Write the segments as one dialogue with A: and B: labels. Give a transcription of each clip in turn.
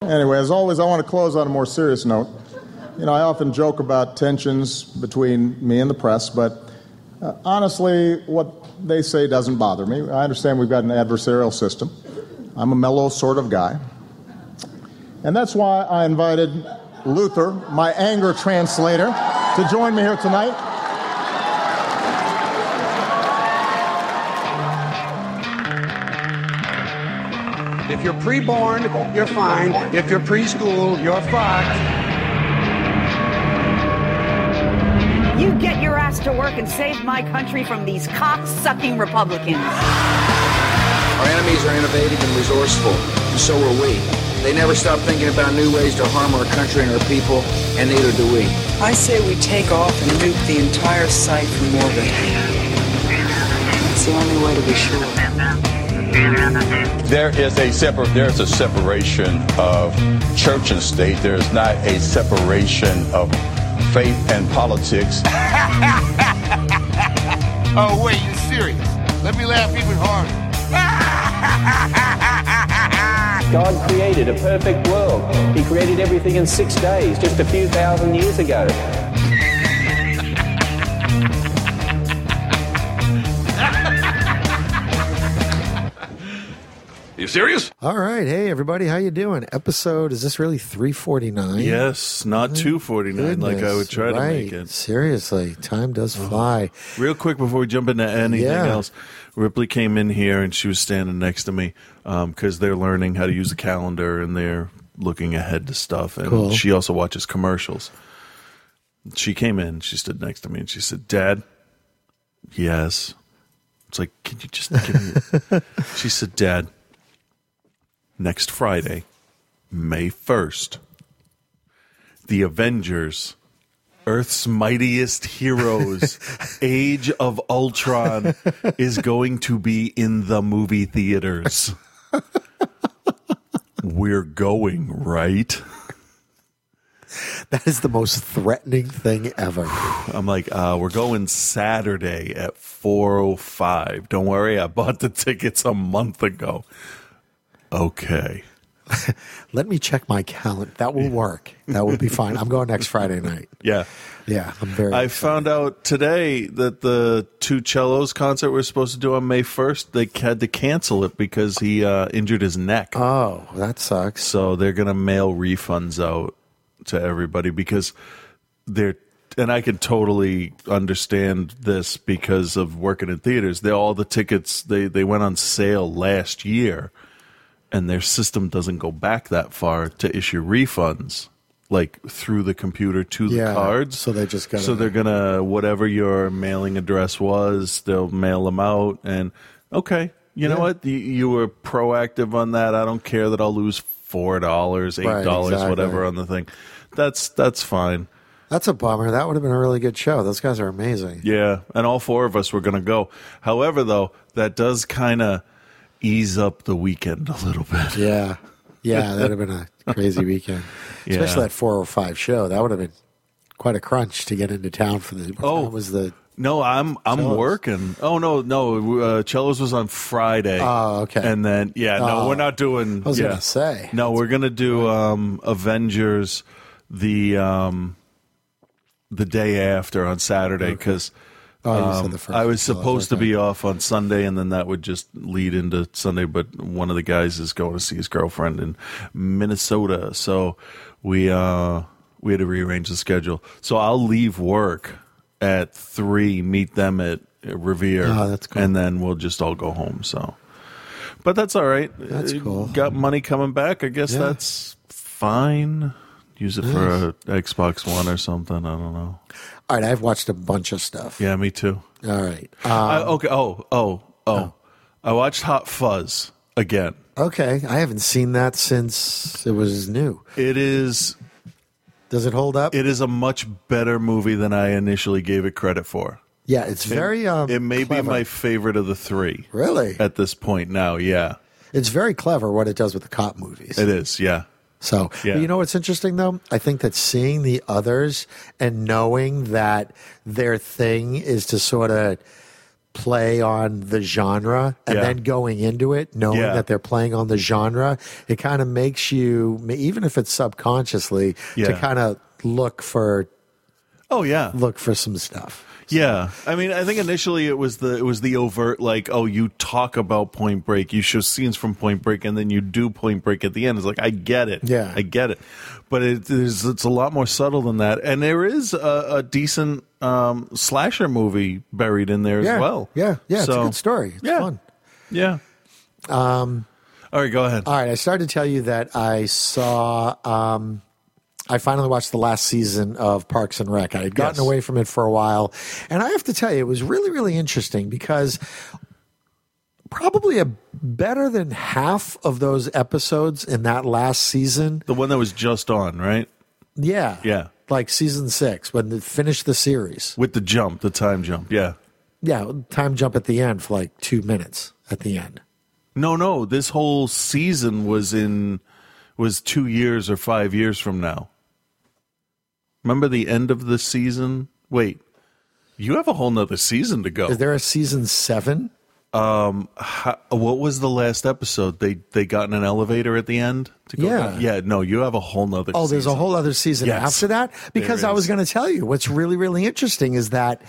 A: Anyway, as always, I want to close on a more serious note. You know, I often joke about tensions between me and the press, but uh, honestly, what they say doesn't bother me. I understand we've got an adversarial system. I'm a mellow sort of guy. And that's why I invited Luther, my anger translator, to join me here tonight.
B: If you're pre-born, you're fine. If you're preschool, you're fucked.
C: You get your ass to work and save my country from these cock-sucking Republicans.
D: Our enemies are innovative and resourceful, and so are we. They never stop thinking about new ways to harm our country and our people, and neither do we.
E: I say we take off and nuke the entire site from orbit. It's the only way to be sure.
F: There is a separ- there is a separation of church and state. There is not a separation of faith and politics.
G: Oh, wait, you serious? Let me laugh even harder.
H: God created a perfect world. He created everything in six days, just a few thousand years ago.
I: You serious?
J: All right, hey everybody, how you doing? Episode is this really three forty nine?
I: Yes, not two forty nine like I would try to make it.
J: Seriously, time does fly.
I: Real quick before we jump into anything
J: Yeah.
I: else, Ripley came in here and she was standing next to me because they're learning how to use a calendar and they're looking ahead to stuff. And
J: Cool.
I: she also watches commercials. She came in, she stood next to me, and she said, "Dad, yes." It's like, can you just give me? she said, "Dad, next Friday, May first, the Avengers." Earth's mightiest heroes, Age of Ultron, is going to be in the movie theaters. We're going, right?
J: That is the most threatening thing ever.
I: I'm like, uh, we're going Saturday at 4:05. Don't worry, I bought the tickets a month ago. Okay.
J: Let me check my calendar. That will work. That will be fine. I'm going next Friday night.
I: Yeah.
J: Yeah, I'm very.
I: I found out today that the two cellos concert we are supposed to do on May 1st, they had to cancel it because he uh, injured his neck.
J: oh, that sucks.
I: So they're going to mail refunds out to everybody because they're, and I can totally understand this because of working in theaters. They all the tickets they they went on sale last year, and their system doesn't go back that far to issue refunds. Like through the computer to the
J: Yeah,
I: cards,
J: so they just gotta-
I: so they're gonna whatever your mailing address was, they'll mail them out. And okay, you know
J: Yeah.
I: what? You, you were proactive on that. I don't care that I'll lose four dollars, eight
J: Right,
I: dollars,
J: exactly.
I: whatever on the thing. That's that's fine.
J: That's a bummer. That would have been a really good show. Those guys are amazing.
I: Yeah, and all four of us were going to go. However, though, that does kind of ease up the weekend a little bit.
J: Yeah, yeah, that'd have been a crazy weekend.
I: Yeah.
J: Especially that 405 show. That would have been quite a crunch to get into town for the. what
I: Oh.
J: time was the
I: No, I'm I'm
J: Cellos.
I: working. Oh no, no, uh, cellos was on Friday.
J: Oh, okay.
I: And then yeah, no,
J: Oh.
I: we're not doing.
J: I was
I: yeah.
J: gonna say.
I: no, we're gonna do um, Avengers the um, the day after on Saturday because.
J: Oh, you said
I: Um,
J: the first
I: I was
J: Cellos,
I: supposed to
J: okay.
I: be off on Sunday, and then that would just lead into Sunday. But one of the guys is going to see his girlfriend in Minnesota, so we uh, we had to rearrange the schedule. So I'll leave work at three, meet them at Revere,
J: Oh, that's cool.
I: and then we'll just all go home. So, but that's all right.
J: That's
I: Uh,
J: cool.
I: Got money coming back. I guess
J: Yeah.
I: that's fine. Use it for a Xbox One or something. I don't know.
J: All right, I've watched a bunch of stuff.
I: Yeah, me too.
J: All right. Uh,
I: I, okay. Oh, oh, oh, I watched Hot Fuzz again.
J: okay, I haven't seen that since it was new.
I: It is
J: Does it hold up?
I: it is a much better movie than I initially gave it credit for.
J: yeah, it's very. um,
I: it may
J: clever.
I: be my favorite of the three.
J: Really?
I: At this point now, yeah,
J: It's very clever what it does with the cop movies.
I: it is. Yeah,
J: So,
I: Yeah.
J: but you know what's interesting though? I think that seeing the others and knowing that their thing is to sort of
I: play on the genre and
F: Yeah.
I: then going into it knowing
F: Yeah.
I: that they're playing on the genre it kind of makes you even if it's subconsciously to
F: Yeah.
I: kind of look for
F: oh yeah
I: look for some stuff
F: Yeah, I mean, I think initially it was the it was the overt like, oh, you talk about Point Break, you show scenes from Point Break, and then you do Point Break at the end. It's like I get it,
I: Yeah.
F: I get it, but it is it's a lot more subtle than that, and there is a, a decent um, slasher movie buried in there
I: yeah
F: as well.
I: yeah yeah it's
F: So-
I: a good story it's
F: yeah,
I: fun
F: Yeah.
I: um
F: All right, go ahead.
I: All right, I started to tell you that I saw. Um, I finally watched the last season of Parks and Rec. I had gotten
F: Yes.
I: away from it for a while, and I have to tell you, it was really, really interesting because probably a better than half of those episodes in that last season.
F: the one that was just on, right?
I: Yeah,
F: Yeah,
I: like season six when they finished the series.
F: with the jump, the time jump. Yeah.
I: Yeah, time jump at the end for like two minutes at the end.
F: No, no, this whole season was in was 2 years or 5 years from now. Remember the end of the season? Wait. You have a whole nother season to go.
I: Is there a season seven?
F: um how, what was the last episode? They they got in an elevator at the end to go
I: Yeah.
F: down? Yeah, no, you have a whole nother
I: Oh, there's a
F: season.
I: whole other season
F: Yes.
I: after that? Because
F: There
I: I was
F: is.
I: going to tell you what's really, really interesting is that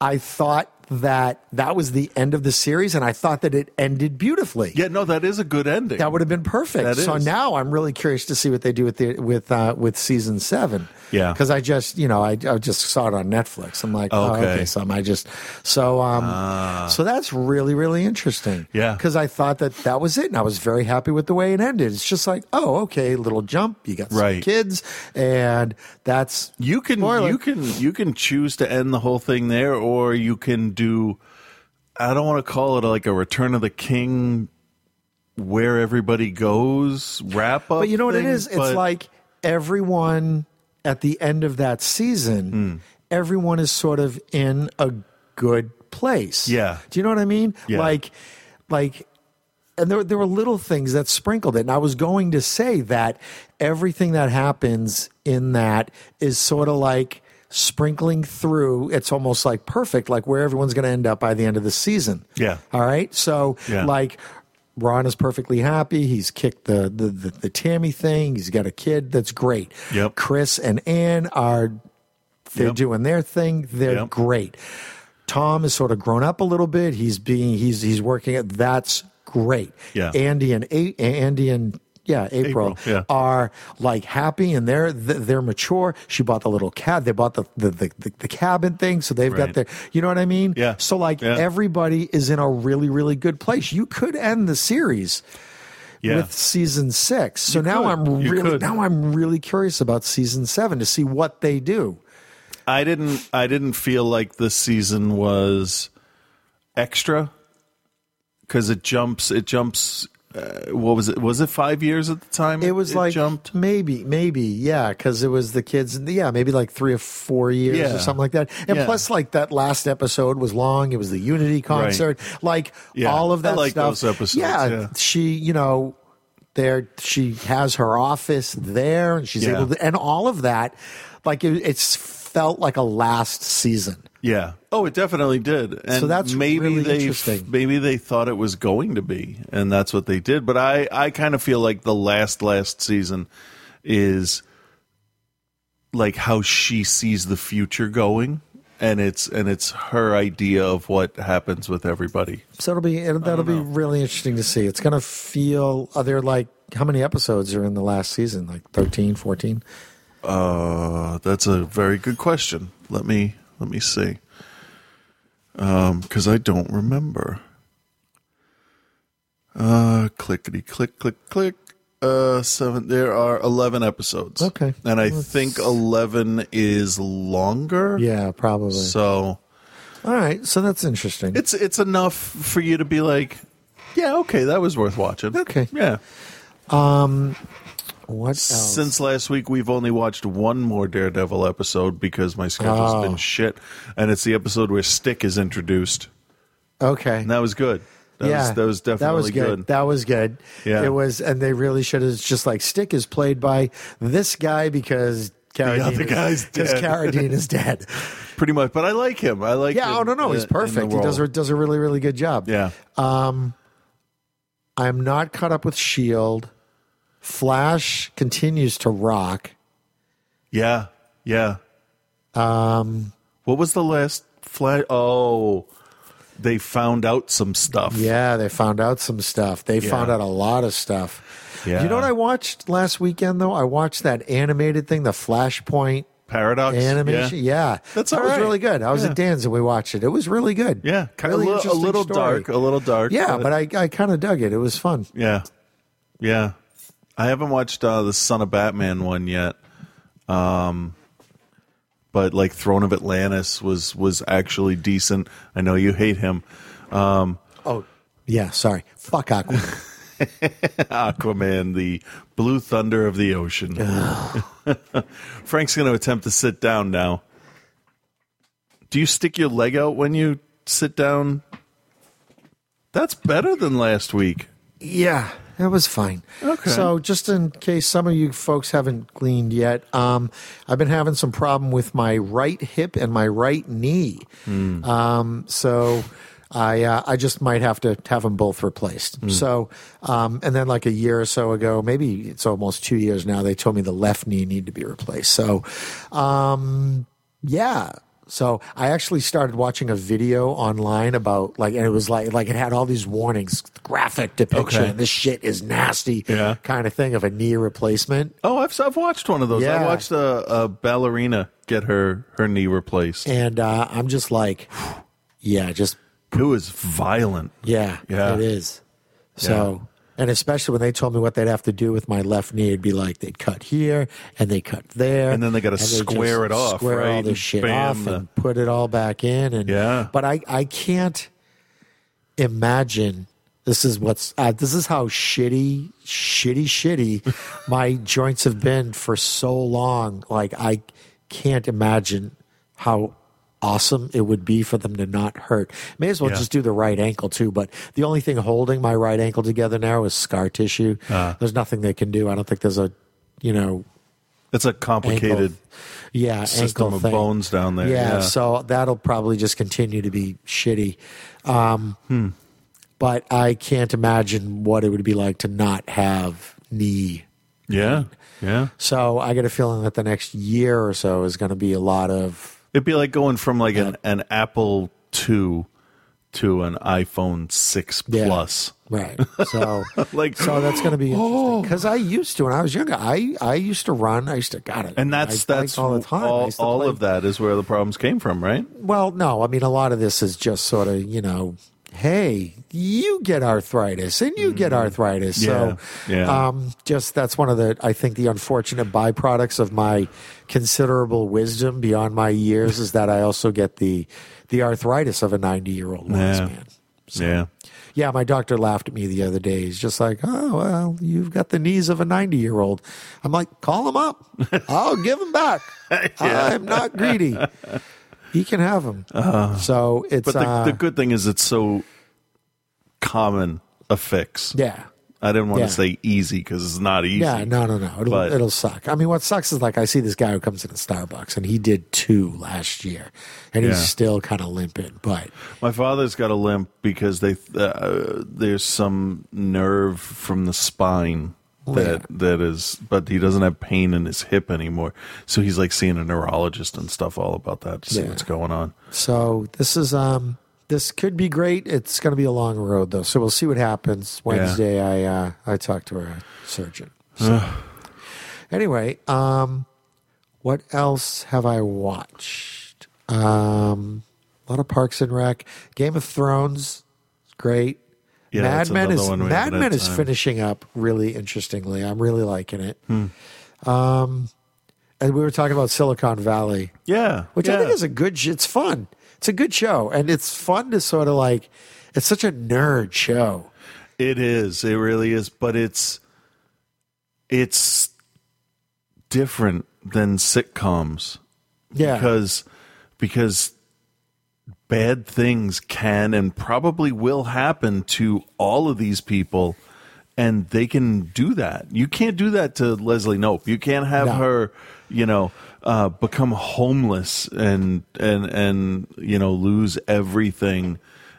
I: I thought that that was the end of the series and I thought that it ended beautifully.
F: Yeah, no, that is a good ending.
I: That would have been perfect.
F: That
I: So
F: is.
I: now I'm really curious to see what they do with the with uh, with season seven.
F: Yeah.
I: because I just you know I, I just saw it on Netflix. I'm like, oh,
F: Okay. Ah.
I: okay, so I just so um so that's really really interesting.
F: Yeah.
I: because I thought that that was it, and I was very happy with the way it ended. It's just like, oh, okay, little jump. You got some
F: Right.
I: kids, and that's
F: You can
I: Spoiler.
F: you can you can choose to end the whole thing there, or you can do. I don't want to call it like a Return of the King, where everybody goes wrap up.
I: But you know what
F: thing,
I: it is? It's
F: but-
I: like everyone at the end of that
F: Hmm.
I: season, everyone is sort of in a good place.
F: Yeah.
I: Do you know what I mean?
F: Yeah.
I: Like, like, and there, there were little things that sprinkled it. And I was going to say that everything that happens in that is sort of like sprinkling through. It's almost like perfect, like where everyone's going to end up by the end of the season.
F: Yeah.
I: All right. So,
F: Yeah.
I: like, Ron is perfectly happy. He's kicked the, the the the Tammy thing. He's got a kid. That's great.
F: Yep.
I: Chris and Ann are they're
F: Yep.
I: doing their thing. They're
F: Yep.
I: great. Tom is sort of grown up a little bit. He's being he's he's working at that's great.
F: Yeah.
I: Andy and a- Andy and yeah, April,
F: April, yeah.
I: are like happy and they're th- they're mature. She bought the little cab. They bought the the the, the, the cabin thing, so they've got
F: Right.
I: their you know what I mean?
F: Yeah.
I: So like
F: Yeah.
I: everybody is in a really really good place. You could end the series
F: yeah.
I: with season 6. So
F: You
I: now
F: could.
I: I'm
F: You
I: really
F: could.
I: now I'm really curious about season 7 to see what they do.
F: I didn't I didn't feel like this season was extra because it jumps it jumps. Uh, what was it? Was it five years at the time?
I: It was like
F: jumped.
I: maybe, maybe, yeah, because it was the kids. Yeah, maybe like three or four years
F: Yeah.
I: or something like that. And
F: Yeah.
I: plus, like that last episode was long. It was the Unity concert, like
F: Yeah.
I: all of
F: I
I: that
F: like
I: stuff.
F: those episodes, yeah.
I: she, you know, there she has her office there, and she's
F: Yeah.
I: able to, and all of that. Like it, it's felt like a last season.
F: Yeah. Oh, it definitely did. And
I: So that's
F: maybe
I: really
F: they
I: interesting.
F: maybe they thought it was going to be, and that's what they did. But I I kind of feel like the last last season is like how she sees the future going, and it's and it's her idea of what happens with everybody.
I: So it'll be it, that'll be really interesting to see. It's gonna feel. Are there like how many episodes are in the last season? Like 13, 14?
F: Uh, that's a very good question. Let me let me see. Um, because I don't remember. Uh, clickety click click click. Uh, seven. There are eleven episodes.
I: Okay.
F: and I
I: Let's-
F: think eleven is longer.
I: Yeah, probably.
F: So
I: All right, so that's interesting.
F: it's it's enough for you to be like, yeah, okay, that was worth watching.
I: Okay.
F: Yeah.
I: what else?
F: Since last week, we've only watched one more Daredevil episode because my schedule's
I: Oh.
F: been shit, and it's the episode where Stick is introduced,
I: okay,
F: and that was good. That
I: yeah,
F: was, that was definitely
I: that was good. That was good.
F: Yeah.
I: it was, and they really should have just like Stick is played by this guy because Carradine.
F: The other guy's
I: because
F: dead.
I: Carradine is dead.
F: Pretty much, but I like him. I like.
I: Yeah.
F: Him
I: Oh no, no,
F: in-
I: he's
F: in the
I: perfect. He
F: role.
I: does a- does a really really good job.
F: Yeah.
I: Um, I'm not caught up with Shield. E Flash continues to rock.
F: Yeah. Yeah.
I: Um,
F: What was the last flash? Oh, they found out some stuff.
I: yeah, they found out some stuff. They
F: Yeah.
I: found out a lot of stuff.
F: Yeah.
I: You know what I watched last weekend though? I watched that animated thing, the Flashpoint
F: Paradox
I: animation.
F: Yeah.
I: Yeah,
F: That's
I: that
F: all
I: was
F: right.
I: really good. I was
F: Yeah.
I: at Dan's and we watched it. It was really good.
F: Yeah. Kind of
I: Really
F: a little, a
I: interesting
F: little
I: story.
F: dark. A little dark.
I: Yeah, but I, I kind of dug it. It was fun.
F: Yeah. Yeah. I haven't watched uh, the Son of Batman one yet. Um but like Throne of Atlantis was was actually decent. I know you hate him. Um
I: Oh, yeah. Sorry. Fuck Aquaman.
F: Aquaman, the blue thunder of the ocean. Frank's going to attempt to sit down now. Do you stick your leg out when you sit down? That's better than last week.
I: yeah, that was fine.
F: Okay.
I: So just in case some of you folks haven't gleaned yet, um, I've been having some problem with my right hip and my right knee. Um, so. I uh, I just might have to have them both replaced.
F: Hmm.
I: So, um, and then like a year or so ago, maybe it's almost two years now, they told me the left knee needed to be replaced. So, um, Yeah. So I actually started watching a video online about like, and it was like, like it had all these warnings, graphic depiction,
F: Okay.
I: this shit is nasty,
F: Yeah.
I: kind of thing of a knee replacement.
F: Oh, I've I've watched one of those. I
I: Yeah.
F: watched a, a ballerina get her her knee replaced.
I: And uh, I'm just like, yeah, just
F: It was violent.
I: yeah,
F: Yeah.
I: it is. So, and especially when they told me what they'd have to do with my left knee, it'd be like they'd cut here and they cut there,
F: And then they gotta
I: and they'd
F: square it
I: just
F: off,
I: square all
F: right?
I: this shit
F: Bam,
I: off,
F: the-
I: and put it all back in. And
F: Yeah.
I: but I I can't imagine. This is what's uh, this is how shitty, shitty, shitty my joints have been for so long. Like I can't imagine how awesome it would be for them to not hurt. May as well
F: Yeah.
I: just do the right ankle too. But the only thing holding my right ankle together now is scar tissue.
F: Uh.
I: there's nothing they can do. I don't think there's a you know
F: It's a
I: ankle-
F: complicated.
I: yeah,
F: system
I: ankle
F: of
I: thing.
F: bones down there,
I: Yeah,
F: yeah.
I: so that'll probably just continue to be shitty. Um,
F: Hmm.
I: But I can't imagine what it would be like to not have knee.
F: Yeah, yeah.
I: So I get a feeling that the next year or so is going to be a lot of
F: It'd be like going from like an, an Apple II to an iPhone six
I: Yeah.
F: plus.
I: right. So
F: Like oh.
I: so that's going to be interesting because I used to when I was younger. I I used to run. I used to got it,
F: And that's that's
I: all the time. I
F: all,
I: used to
F: all
I: play-
F: of that is where the problems came from, right?
I: Well, no, I mean a lot of this is just sort of you know, hey, you get arthritis and you get arthritis, so
F: Mm. Yeah, yeah.
I: Um, just that's one of the I think the unfortunate byproducts of my considerable wisdom beyond my years is that I also get the the arthritis of a ninety year old
F: Yeah.
I: man. So,
F: yeah.
I: yeah, my doctor laughed at me the other day. He's just like, "Oh well, you've got the knees of a ninety-year-old." I'm like, "Call him up. I'll give him back. I'm not greedy. He can have them." so it's
F: Uh-huh. But the,
I: uh,
F: the good thing is it's so common a fix.
I: yeah,
F: I didn't want
I: Yeah.
F: to say easy because it's not easy.
I: yeah, no, no, no. It'll
F: But-
I: it'll suck. I mean, what sucks is like I see this guy who comes in at Starbucks and he did two last year, and
F: Yeah.
I: he's still kind of limping. But
F: My father's got a limp because they uh, there's some nerve from the spine that that is, but he doesn't have pain in his hip anymore. So he's like seeing a neurologist and stuff all about that to see
I: Yeah.
F: what's going on.
I: So this is um this could be great. It's going to be a long road though, so we'll see what happens. Wednesday, I uh, I talked to a surgeon. So. anyway, um, what else have I watched? Um, a lot of Parks and Rec, Game of Thrones, it's great.
F: Yeah, that's
I: Mad Men
F: another
I: is
F: one we
I: Mad
F: haven't
I: Men
F: had
I: is
F: time.
I: finishing up really interestingly. I'm really liking it.
F: Hmm.
I: Um, and we were talking about Silicon Valley
F: Yeah,
I: which I think
F: yeah.
I: is a good. sh- It's fun. It's a good show, and it's fun to sort of like. It's such a nerd show.
F: It is. It really is. But it's it's different than sitcoms
I: Yeah,
F: because because bad things can and probably will happen to all of these people and they can do that. You can't do that to Leslie Nope. You can't have
I: No.
F: her, you know, uh, become homeless and and and you know lose everything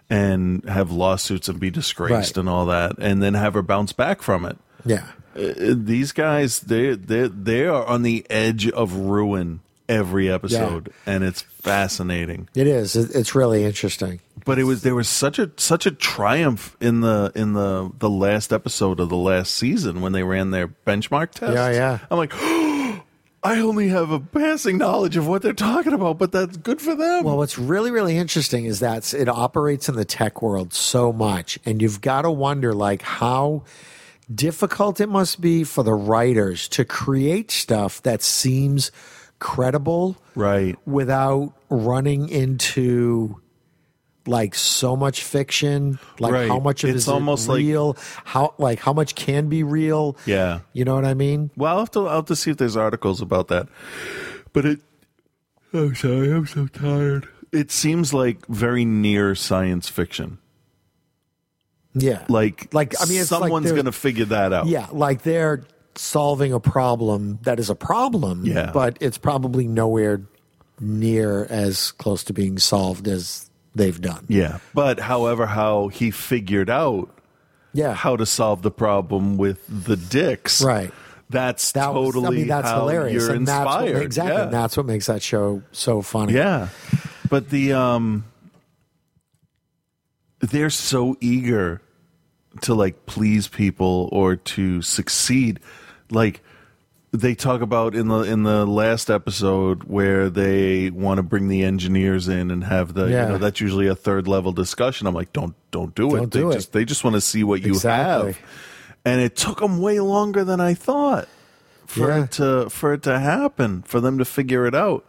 F: and have lawsuits and be disgraced
I: Right.
F: and all that, and then have her bounce back from it.
I: Yeah.
F: Uh, these guys, they they they are on the edge of ruin every episode, and it's fascinating.
I: It is. It- It's really interesting.
F: But it was there was such a such a triumph in the in the the last episode of the last season when they ran their benchmark test.
I: Yeah, yeah.
F: I'm like, I only have a passing knowledge of what they're talking about, but that's good for them.
I: Well, what's really, really interesting is that it operates in the tech world so much. And you've got to wonder, like, how difficult it must be for the writers to create stuff that seems credible
F: right.
I: without running into like so much fiction like
F: Right.
I: how much of it
F: It's
I: is
F: almost
I: it
F: like-
I: real how like how much can be real
F: Yeah.
I: you know what i mean
F: Well, I'll have to I'll have to see if there's articles about that. But it I'm sorry, I'm so tired. It seems like very near science fiction.
I: yeah
F: Like
I: Like, I mean, it's like
F: someone's
I: they're-
F: gonna figure that out.
I: Yeah, like they're solving a problem that is a problem,
F: Yeah.
I: but it's probably nowhere near as close to being solved as they've done.
F: Yeah. But however how he figured out
I: Yeah.
F: how to solve the problem with the dicks.
I: Right.
F: That's
I: That was-
F: totally
I: I mean, that's
F: how
I: hilarious.
F: you're
I: and that's what,
F: inspired.
I: exactly.
F: Yeah.
I: and that's what makes that show so funny.
F: yeah. But the um they're so eager to like please people or to succeed. Like they talk about in the in the last episode where they want to bring the engineers in and have the
I: Yeah.
F: you know that's usually a third level discussion. I'm like don't don't do it.
I: Don't
F: they
I: do it.
F: just they just want to see what you
I: Exactly.
F: have. And it took them way longer than I thought for
I: Yeah.
F: it to for it to happen, for them to figure it out.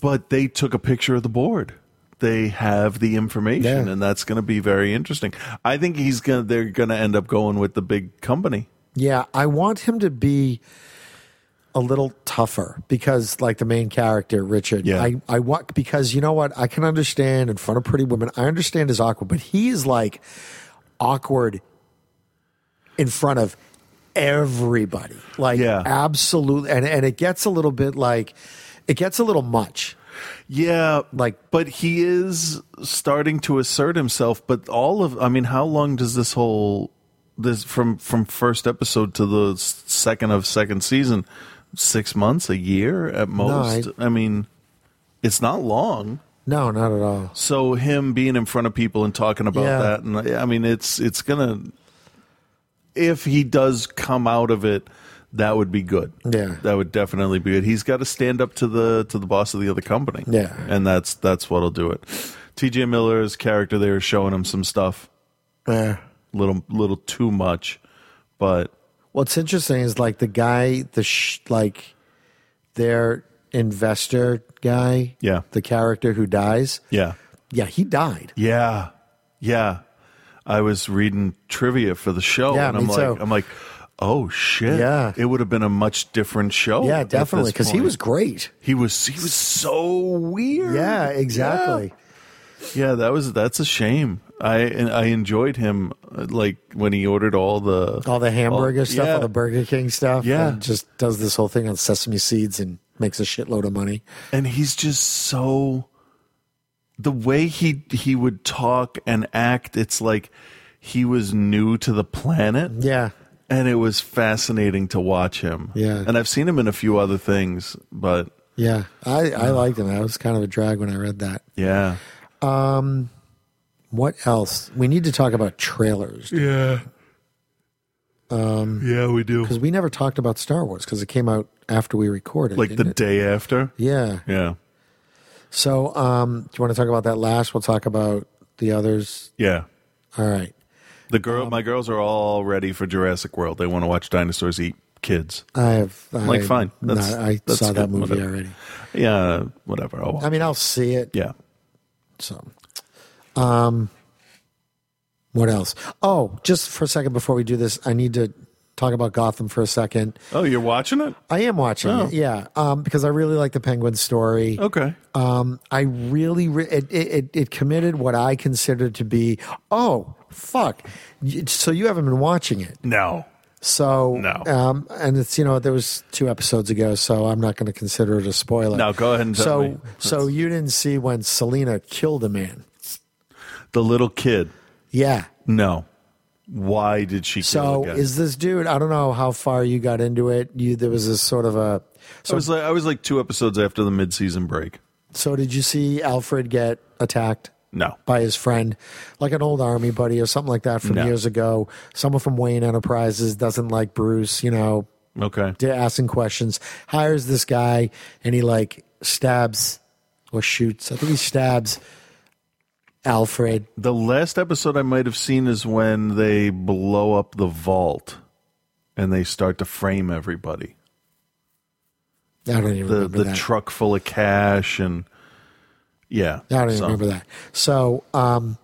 F: But they took a picture of the board. They have the information,
I: Yeah.
F: and that's going to be very interesting. I think he's going. to They're going to end up going with the big company.
I: Yeah, I want him to be a little tougher because like the main character Richard
F: Yeah.
I: I I want because you know what I can understand in front of pretty women I understand is awkward but he is like awkward in front of everybody like
F: Yeah.
I: absolutely and and it gets a little bit like it gets a little much
F: Yeah,
I: Like-
F: but he is starting to assert himself. But all of, I mean, how long does this whole this from from first episode to the s- second of second season? Six months, a year at most. I mean, it's not long.
I: no not at all
F: So him being in front of people and talking about
I: Yeah.
F: that, and I mean, it's it's gonna. If he does come out of it, that would be good.
I: Yeah.
F: that would definitely be good. He's got to stand up to the to the boss of the other company.
I: Yeah.
F: and that's that's what'll do it. T.J. Miller's character there is showing him some stuff,
I: yeah
F: little little too much, but
I: What's interesting is like the guy, the sh- like their investor guy,
F: Yeah.
I: the character who dies,
F: yeah,
I: yeah, he died.
F: Yeah, yeah. I was reading trivia for the show,
I: Yeah,
F: and
I: me
F: I'm like,
I: too.
F: I'm like, oh shit,
I: Yeah.
F: It would have been a much different show.
I: yeah,
F: Oh, at
I: definitely,
F: this
I: because he
F: point.
I: was great.
F: he was he was so weird.
I: Yeah,
F: Yeah,
I: exactly.
F: Yeah, that was that's a shame. I and I enjoyed him uh, like when he ordered all the
I: All the hamburger stuff,
F: yeah.
I: all the Burger King stuff,
F: Yeah.
I: and just does this whole thing on sesame seeds and makes a shitload of money.
F: and he's just so the way he he would talk and act. It's like he was new to the planet.
I: Yeah,
F: and it was fascinating to watch him.
I: Yeah.
F: and I've seen him in a few other things, but
I: yeah, I I liked him. I was kind of a drag when I read that.
F: yeah,
I: What else? We need to talk about trailers
F: yeah, um, yeah, we do.
I: because we never talked about Star Wars because it came out after we recorded,
F: Like the
I: didn't it?
F: day after,
I: yeah.
F: yeah,
I: So, um, do you want to talk about that last? We'll talk about the others.
F: yeah.
I: All right.
F: The girl, my girls are all ready for Jurassic World. They want to watch dinosaurs eat kids.
I: I have I,
F: Like, fine. That's-
I: no, I
F: that's
I: saw that
F: good.
I: movie
F: Whatever.
I: already.
F: Yeah, whatever. I'll watch.
I: I mean, I'll see it.
F: yeah,
I: So, um, what else? Oh, just for a second before we do this, I need to talk about Gotham for a second.
F: oh, you're watching it?
I: I am watching
F: Oh.
I: it, yeah, um, because I really like the Penguin story.
F: Okay.
I: Uh, Um, I really, re- it, it, it- it committed what I considered to be, oh, fuck. You- So you haven't been watching it.
F: No.
I: So
F: No.
I: um, and it's you know there was two episodes ago, so I'm not going to consider it a spoiler.
F: No, go ahead and tell
I: so
F: me.
I: so you didn't see when Selena killed a man.
F: The little kid.
I: Yeah.
F: No. Why did she kill
I: So
F: the guy?
I: is this dude? I don't know how far you got into it. You there was this sort of a.
F: I
I: So
F: was like I was like two episodes after the mid season break.
I: so did you see Alfred get attacked?
F: No.
I: By his friend, like an old army buddy or something like that from
F: No.
I: years ago. Someone from Wayne Enterprises doesn't like Bruce, you know,
F: Okay.
I: they're asking questions, hires this guy, and he like stabs or shoots. I think he stabs Alfred.
F: The last episode I might have seen is when they blow up the vault and they start to frame everybody.
I: I don't even
F: The
I: remember
F: the
I: that.
F: truck full of cash and yeah.
I: I don't even
F: so-
I: remember that. So, um,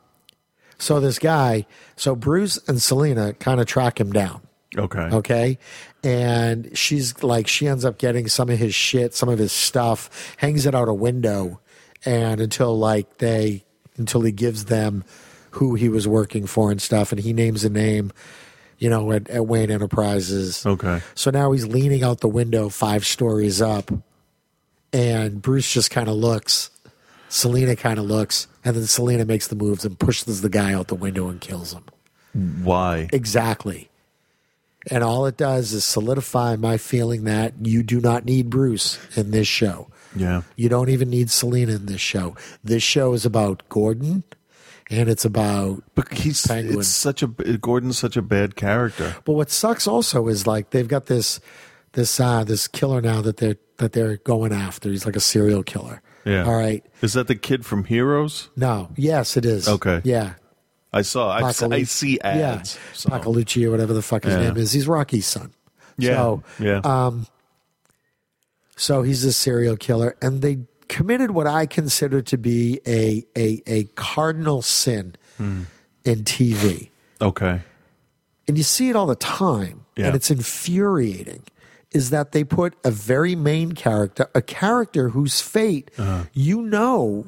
I: so this guy, so Bruce and Selena kind of track him down.
F: Okay.
I: Okay. And she's like, she ends up getting some of his shit, some of his stuff, hangs it out a window. And until like they, until he gives them who he was working for and stuff. And he names a name, you know, at, at Wayne Enterprises.
F: Okay.
I: So now he's leaning out the window five stories up. And Bruce just kind of looks. Selena kind of looks. And then Selena makes the moves and pushes the guy out the window and kills him.
F: Why?
I: Exactly. And all it does is solidify my feeling that you do not need Bruce in this show.
F: Yeah.
I: You don't even need Selena in this show. This show is about Gordon and it's about
F: But he's
I: Penguin.
F: it's such a Gordon's such a bad character.
I: But what sucks also is like they've got this this uh this killer now that they're that they're going after. He's like a serial killer.
F: Yeah.
I: All right.
F: Is that the kid from Heroes?
I: No. Yes, it is.
F: Okay.
I: Yeah.
F: I saw. I,
I: Pacalucci.
F: I see ads.
I: Yeah.
F: so.
I: Pacalucci or whatever the fuck his
F: Yeah.
I: name is. He's Rocky's son.
F: Yeah.
I: So,
F: yeah.
I: So he's a serial killer, and they committed what I consider to be a a, a cardinal sin in TV,
F: okay.
I: and you see it all the time,
F: Yeah.
I: and it's infuriating. Is that they put a very main character, a character whose fate you know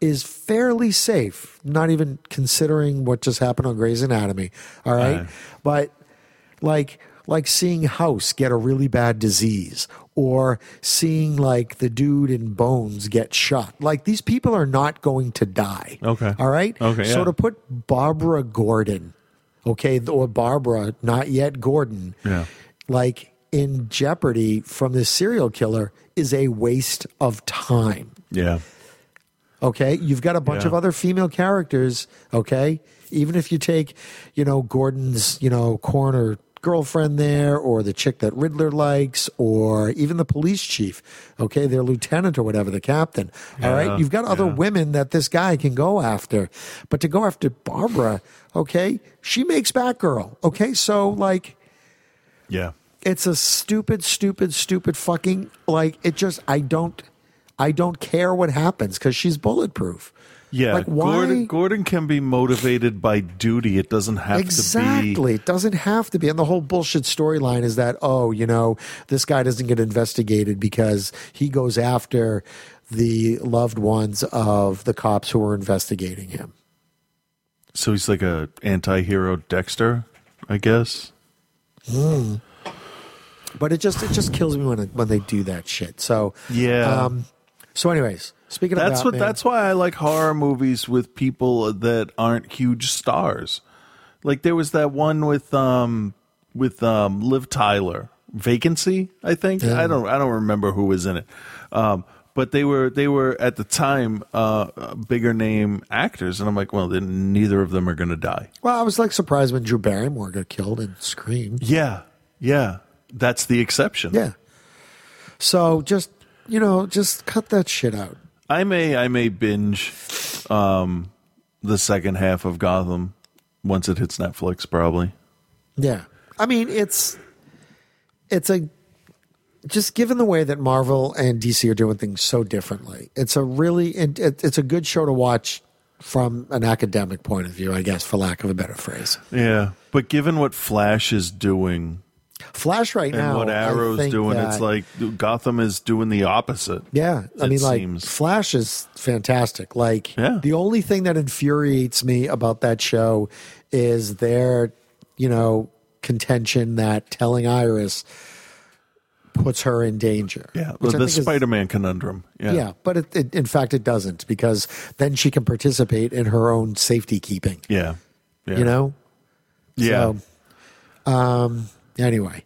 I: is fairly safe, not even considering what just happened on Grey's Anatomy. All right, but like like seeing House get a really bad disease or seeing like the dude in Bones get shot. Like these people are not going to die.
F: Okay.
I: All right.
F: Okay,
I: So
F: yeah.
I: to put Barbara Gordon, okay, or Barbara, not yet Gordon,
F: Yeah.
I: like in jeopardy from this serial killer is a waste of time.
F: Yeah.
I: Okay. You've got a bunch
F: Yeah.
I: of other female characters. Okay. Even if you take, you know, Gordon's, you know, corner girlfriend there or the chick that Riddler likes or even the police chief. Okay. Their lieutenant or whatever, the captain. All right. You've got other women that this guy can go after. But to go after Barbara, okay, she makes Batgirl. Okay. So, like,
F: Yeah.
I: it's a stupid stupid stupid fucking like it just i don't i don't care what happens because she's bulletproof
F: Yeah.
I: like why
F: Gordon, Gordon can be motivated by duty. It doesn't have to be.
I: exactly it doesn't have to be and the whole bullshit storyline is that oh you know this guy doesn't get investigated because he goes after the loved ones of the cops who were investigating him
F: So he's like a anti-hero Dexter, I guess.
I: but it just it just kills me when it, when they do that shit so
F: Yeah.
I: um so anyways speaking of
F: That's what.
I: Batman-
F: That's why I like horror movies with people that aren't huge stars. Like there was that one with um with um Liv Tyler, Vacancy. I think I don't. I don't remember who was in it. Um, but they were they were at the time uh bigger name actors, and I'm like, well, then neither of them are going to die.
I: Well, I was like surprised when Drew Barrymore got killed in Scream.
F: Yeah, yeah. That's the exception.
I: Yeah. So just you know, just cut that shit out.
F: I may I may binge um the second half of Gotham once it hits Netflix probably.
I: Yeah. I mean, it's it's a just given the way that Marvel and DC are doing things so differently, it's a really it, it, it's a good show to watch from an academic point of view, I guess, for lack of a better phrase.
F: Yeah. But given what Flash is doing
I: Flash right
F: and
I: now,
F: what
I: I
F: Arrow's
I: think
F: doing, it's
I: that-
F: like Gotham is doing the opposite.
I: Yeah, I
F: it
I: mean, like
F: seems.
I: Flash is fantastic. Like
F: Yeah.
I: the only thing that infuriates me about that show is their, you know, contention that telling Iris puts her in danger.
F: Yeah,
I: which I
F: the
I: think is-
F: Spider Man conundrum. Yeah.
I: yeah. but it, it, in fact, it doesn't because then she can participate in her own safety keeping.
F: Yeah. Yeah.
I: You know.
F: Yeah.
I: So, um. Anyway,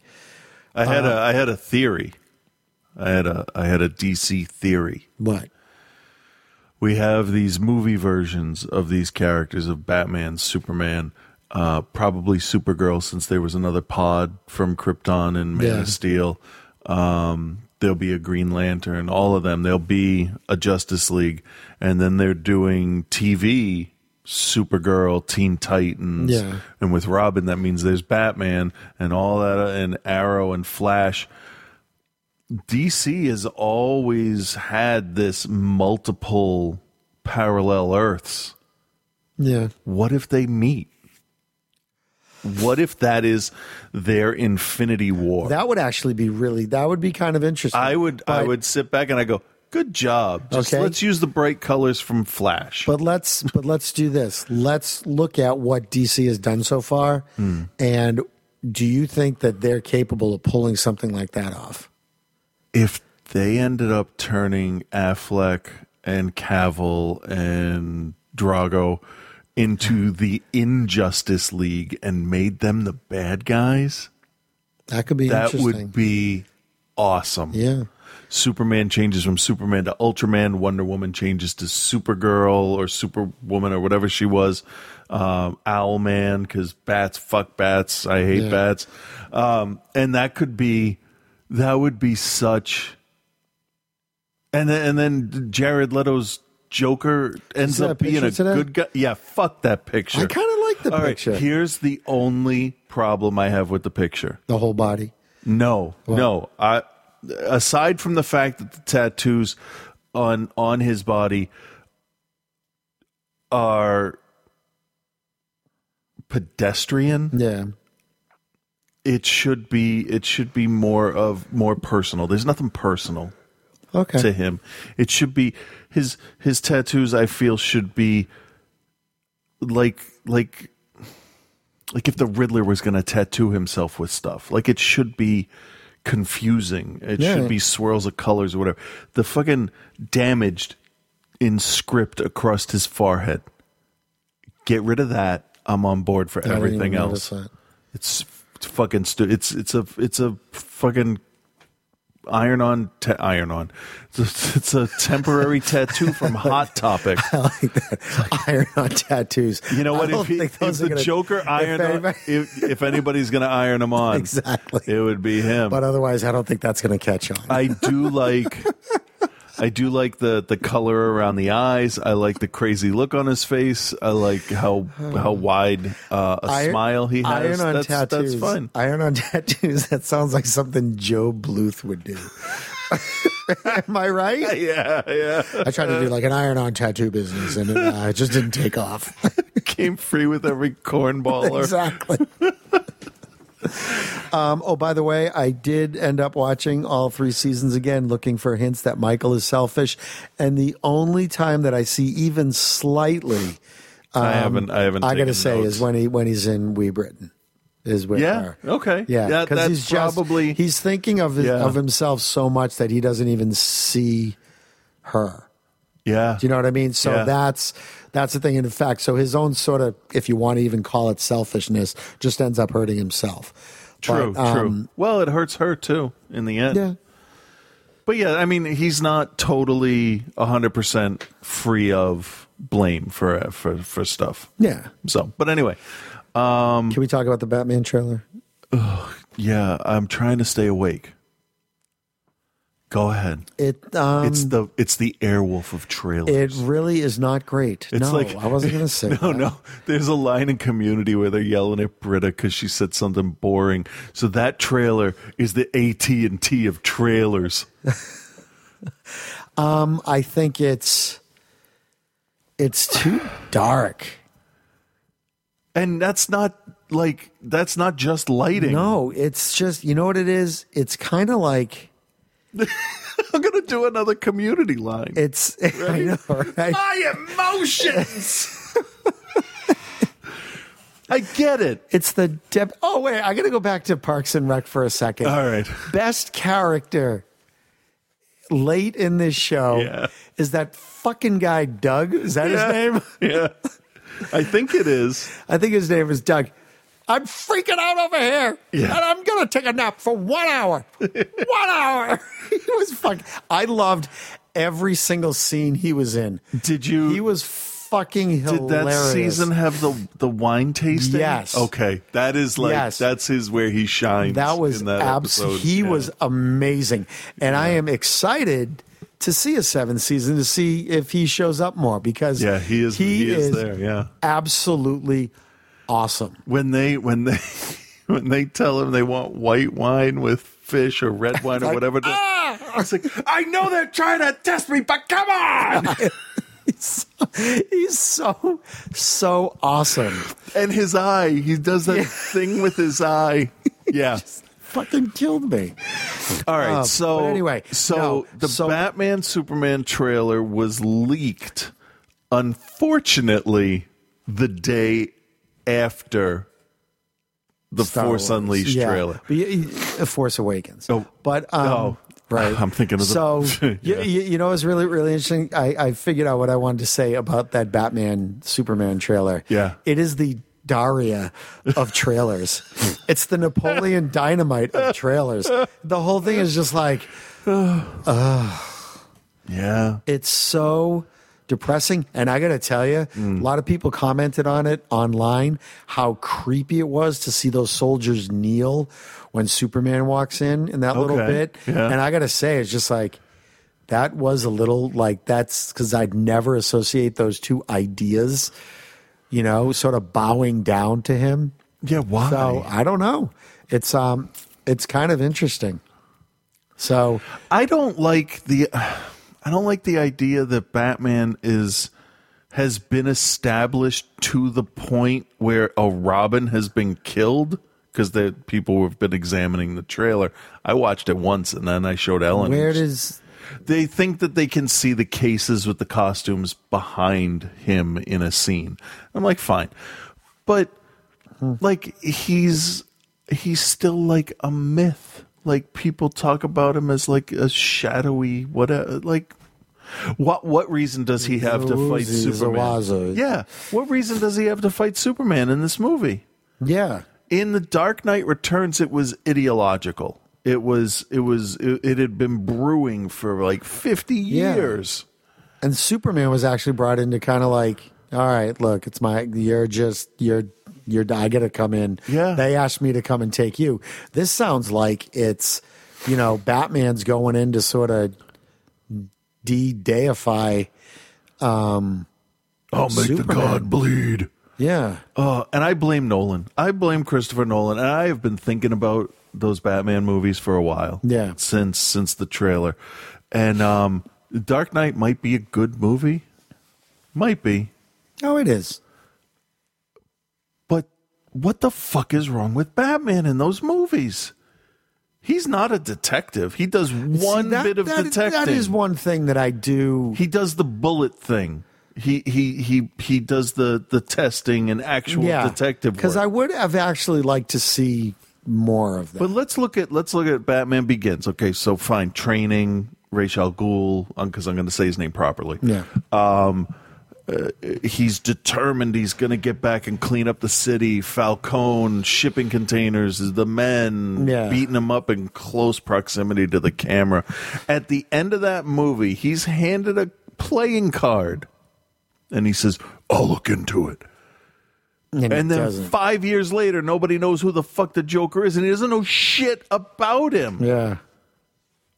F: I had
I: uh,
F: a I had a theory. I had a I had a DC theory.
I: what?
F: We have these movie versions of these characters of Batman, Superman, uh, probably Supergirl, since there was another pod from Krypton and Man
I: Yeah.
F: of Steel. Um, there'll be a Green Lantern, all of them. There'll be a Justice League, and then they're doing TV. Supergirl, Teen Titans,
I: Yeah.
F: and with Robin, that means there's Batman and all that, uh, and Arrow and Flash. DC has always had this multiple parallel Earths.
I: Yeah.
F: What if they meet? What if that is their infinity war?
I: That would actually be really. That would be kind of interesting.
F: I would I
I: But-
F: would sit back and I go, good job. Just
I: Okay.
F: let's use the bright colors from Flash.
I: But let's but let's do this. Let's look at what DC has done so far,
F: Hmm.
I: and do you think that they're capable of pulling something like that off?
F: if they ended up turning Affleck and Cavill and Drago into the Injustice League and made them the bad guys,
I: That could be
F: that
I: interesting.
F: would be awesome.
I: yeah.
F: Superman changes from Superman to Ultraman. Wonder Woman changes to Supergirl or Superwoman or whatever she was. Um, Owlman, because bats, fuck bats. I hate
I: Yeah.
F: bats. Um, and that could be, that would be such. And then, and then Jared Leto's Joker ends
I: see
F: up
I: that
F: being a
I: picture today?
F: good guy. Yeah, fuck that picture.
I: I kinda like the
F: All right,
I: picture.
F: here's the only problem I have with the picture.
I: The whole body.
F: No, no. I, aside from the fact that the tattoos on on his body are pedestrian,
I: Yeah.
F: it should be it should be more of more personal. There's nothing personal
I: Okay.
F: to him. It should be his his tattoos. I feel should be like like like if the Riddler was going to tattoo himself with stuff. Like it should be confusing. It
I: Yeah.
F: should be swirls of colors or whatever. The fucking damaged in script across his forehead. Get rid of that. I'm on board for
I: I didn't
F: everything
I: even
F: else.
I: notice that.
F: It's it's fucking stu- it's it's a it's a fucking iron on ta- iron on. It's, it's a temporary tattoo from Hot Topic.
I: I like that. Iron on tattoos.
F: You know
I: I
F: what?
I: don't
F: If, he,
I: think
F: if
I: those are
F: the
I: gonna-
F: Joker
I: if
F: iron,
I: anybody-
F: if, if anybody's gonna iron him on,
I: Exactly.
F: it would be him.
I: but otherwise, I don't think that's going to catch on.
F: I do like. I do like the, the color around the eyes. I like the crazy look on his face. I like how how wide uh, a
I: Iron-
F: smile he has.
I: Iron on
F: that's,
I: tattoos.
F: that's fine.
I: Iron on tattoos. That sounds like something Joe Bluth would do. Am I right?
F: Yeah, yeah.
I: I tried to do like an iron on tattoo business and it uh, just didn't take off.
F: Came free with every cornballer.
I: exactly. um, oh, by the way, I did end up watching all three seasons again, looking for hints that Michael is selfish. And the only time that I see even slightly,
F: I haven't. I haven't.
I: Um, I got to
F: taken
I: say,
F: notes.
I: is when he when he's in Wee Britain. Is where
F: Yeah, okay.
I: yeah,
F: That-
I: because
F: that's
I: he's just-
F: probably-
I: he's thinking of his,
F: Yeah.
I: of himself so much that he doesn't even see her.
F: yeah.
I: Do you know what I mean? So
F: Yeah.
I: that's that's the thing. And in fact, so his own sort of, if you want to even call it selfishness, just ends up hurting himself.
F: True.
I: But, um,
F: true. Well, it hurts her too in the end.
I: Yeah.
F: But yeah, I mean, he's not totally hundred percent free of blame for uh, for for stuff.
I: Yeah.
F: So, but anyway, Um,
I: Can we talk about the Batman trailer?
F: yeah, I'm trying to stay awake. Go ahead.
I: It um,
F: it's the it's the Airwolf of trailers.
I: it really is not great.
F: It's
I: no,
F: like
I: I wasn't going to say.
F: No,
I: that.
F: no. There's a line in Community where they're yelling at Britta because she said something boring. So that trailer is the AT and T of trailers.
I: Um, I think it's it's too dark.
F: And that's not like that's not just lighting.
I: No, it's just you know what it is. It's kind of like
F: I'm gonna do another Community line.
I: it's. I know, right?
F: My emotions. I get it.
I: It's the dep- Oh wait, I got to go back to Parks and Rec for a second.
F: All right.
I: Best character late in this show
F: Yeah.
I: is that fucking guy Doug. Is that
F: Yeah.
I: his name?
F: Yeah. I think it is.
I: I think his name is Doug. I'm freaking out over here,
F: Yeah.
I: and I'm gonna take a nap for one hour. one hour. he was fucking. I loved every single scene he was in.
F: Did you-
I: He was fucking
F: Did
I: hilarious.
F: that season have the the wine tasting?
I: Yes.
F: Okay. That is like
I: Yes.
F: that's his where he shines.
I: That was
F: in that
I: abs-
F: episode.
I: He
F: Yeah.
I: was amazing, and I am excited to see a seventh season to see if he shows up more because
F: Yeah, he is he is there, yeah.
I: absolutely awesome.
F: when they when they when they tell him they want white wine with fish or red wine or whatever. Ah! It's like I know they're trying to test me, but come on!
I: He's so, he's so so awesome.
F: and his eye, he does that
I: Yeah.
F: thing with his eye. Yeah.
I: Fucking killed me.
F: All right.
I: Um,
F: so
I: but anyway,
F: so
I: no,
F: the
I: so-
F: Batman Superman trailer was leaked, unfortunately, the day after the
I: Star
F: Force
I: Wars.
F: Unleashed
I: Yeah.
F: trailer.
I: But you- you- Force Awakens.
F: Oh.
I: but um,
F: Oh.
I: right.
F: I'm thinking of the-
I: so.
F: Yeah.
I: you, you, you know, it's really really interesting. I, I figured out what I wanted to say about that Batman Superman trailer.
F: Yeah.
I: it is the Daria of trailers. it's the Napoleon Dynamite of trailers. The whole thing is just like
F: Yeah.
I: it's so depressing and i gotta tell you
F: Mm.
I: a lot of people commented on it online how creepy it was to see those soldiers kneel when superman walks in in that little
F: Okay.
I: bit
F: Yeah.
I: and i gotta say it's just like that was a little like that's because i'd never associate those two ideas you know sort of bowing down to him
F: Yeah. Why?
I: so i don't know it's um it's kind of interesting so
F: I don't like the I don't like the idea that Batman is has been established to the point where a Robin has been killed because the people have been examining the trailer. I watched it once and then I showed Ellen.
I: where does
F: they think that they can see the cases with the costumes behind him in a scene. I'm like, fine, but like he's he's still like a myth. Like people talk about him as like a shadowy whatever. Like what what reason does he have to fight
I: Zawazo.
F: Superman? Yeah, what reason does he have to fight Superman in this movie?
I: yeah
F: in the Dark Knight Returns, it was ideological. It was it was it, it had been brewing for like fifty
I: Yeah.
F: years.
I: and Superman was actually brought in to kind of like, all right, look, it's my, you're just, you're, you're, I got to come in.
F: Yeah.
I: They asked me to come and take you. This sounds like it's, you know, Batman's going in to sort of de deify.
F: I'll make the
I: Superman.
F: god bleed.
I: Yeah.
F: Uh, and I blame Nolan. I blame Christopher Nolan. And I have been thinking about those Batman movies for a while.
I: Yeah.
F: since since the trailer, and um, Dark Knight might be a good movie, might be.
I: Oh, it is.
F: But what the fuck is wrong with Batman in those movies? He's not a detective. He does one
I: See, that-
F: bit of
I: that-
F: detecting.
I: That is one thing that I do.
F: He does the bullet thing. He he he he does the the testing and actual detective
I: Because I
F: work.
I: would have actually liked to see more of that.
F: But let's look at let's look at Batman Begins. Okay, so fine training. Ra's al Ghul, because I'm going to say his name properly.
I: yeah.
F: he's determined he's going to get back and clean up the city. Falcone shipping containers, the men
I: Yeah.
F: beating him up in close proximity to the camera. At the end of that movie, he's handed a playing card, and he says, "I'll look into it."
I: And, it
F: And then
I: doesn't.
F: five years later, nobody knows who the fuck the Joker is, and he doesn't know shit about him.
I: yeah.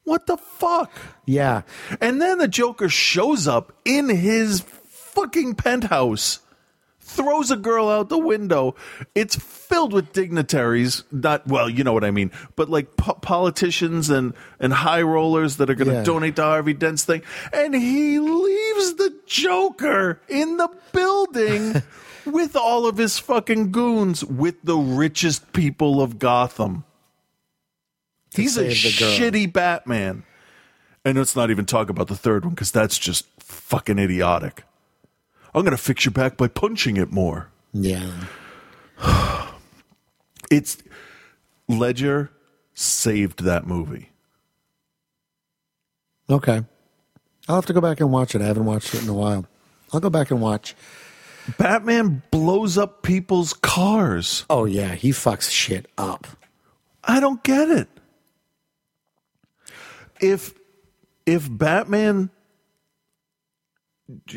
F: What the fuck?
I: Yeah.
F: And then the Joker shows up in his fucking penthouse, throws a girl out the window. It's filled with dignitaries, not well, you know what I mean, but like po- politicians and and high rollers that are going to
I: Yeah.
F: donate to Harvey Dent's thing. And he leaves the Joker in the building. With all of his fucking goons, with the richest people of Gotham. He's a
I: save the girl.
F: shitty Batman. And let's not even talk about the third one because that's just fucking idiotic. I'm going to fix your back by punching it more.
I: Yeah.
F: it's Ledger saved that movie.
I: Okay. I'll have to go back and watch it. I haven't watched it in a while. I'll go back and watch.
F: Batman blows up people's cars.
I: Oh yeah, he fucks shit up.
F: I don't get it. If if Batman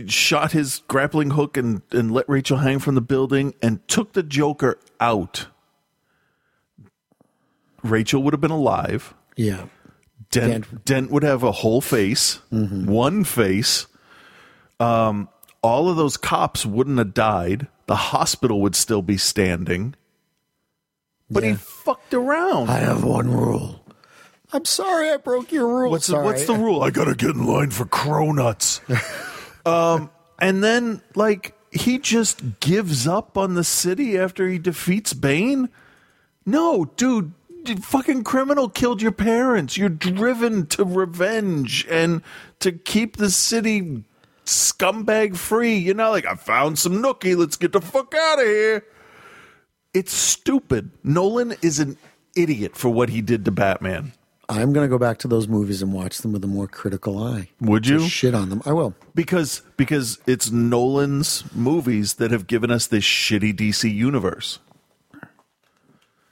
F: shot his grappling hook and, and let Rachel hang from the building and took the Joker out, Rachel would have been alive.
I: Yeah.
F: Dent Dent,
I: Dent. Mm-hmm.
F: would have a whole face, one face. Um, all of those cops wouldn't have died. The hospital would still be standing. But he
I: Yeah.
F: fucked around.
I: I have one rule. I'm sorry I broke your rule.
F: What's the,
I: Sorry.
F: what's the rule? I gotta get in line for cronuts. um, and then like he just gives up on the city after he defeats Bane. No, dude, d- fucking criminal killed your parents. You're driven to revenge and to keep the city scumbag free. You're not like I found some nookie. Let's get the fuck out of here. It's stupid. Nolan is an idiot for what he did to Batman.
I: I'm gonna go back to those movies and watch them with a more critical eye.
F: Would you?
I: Shit on them. I will.
F: because because it's Nolan's movies that have given us this shitty DC universe.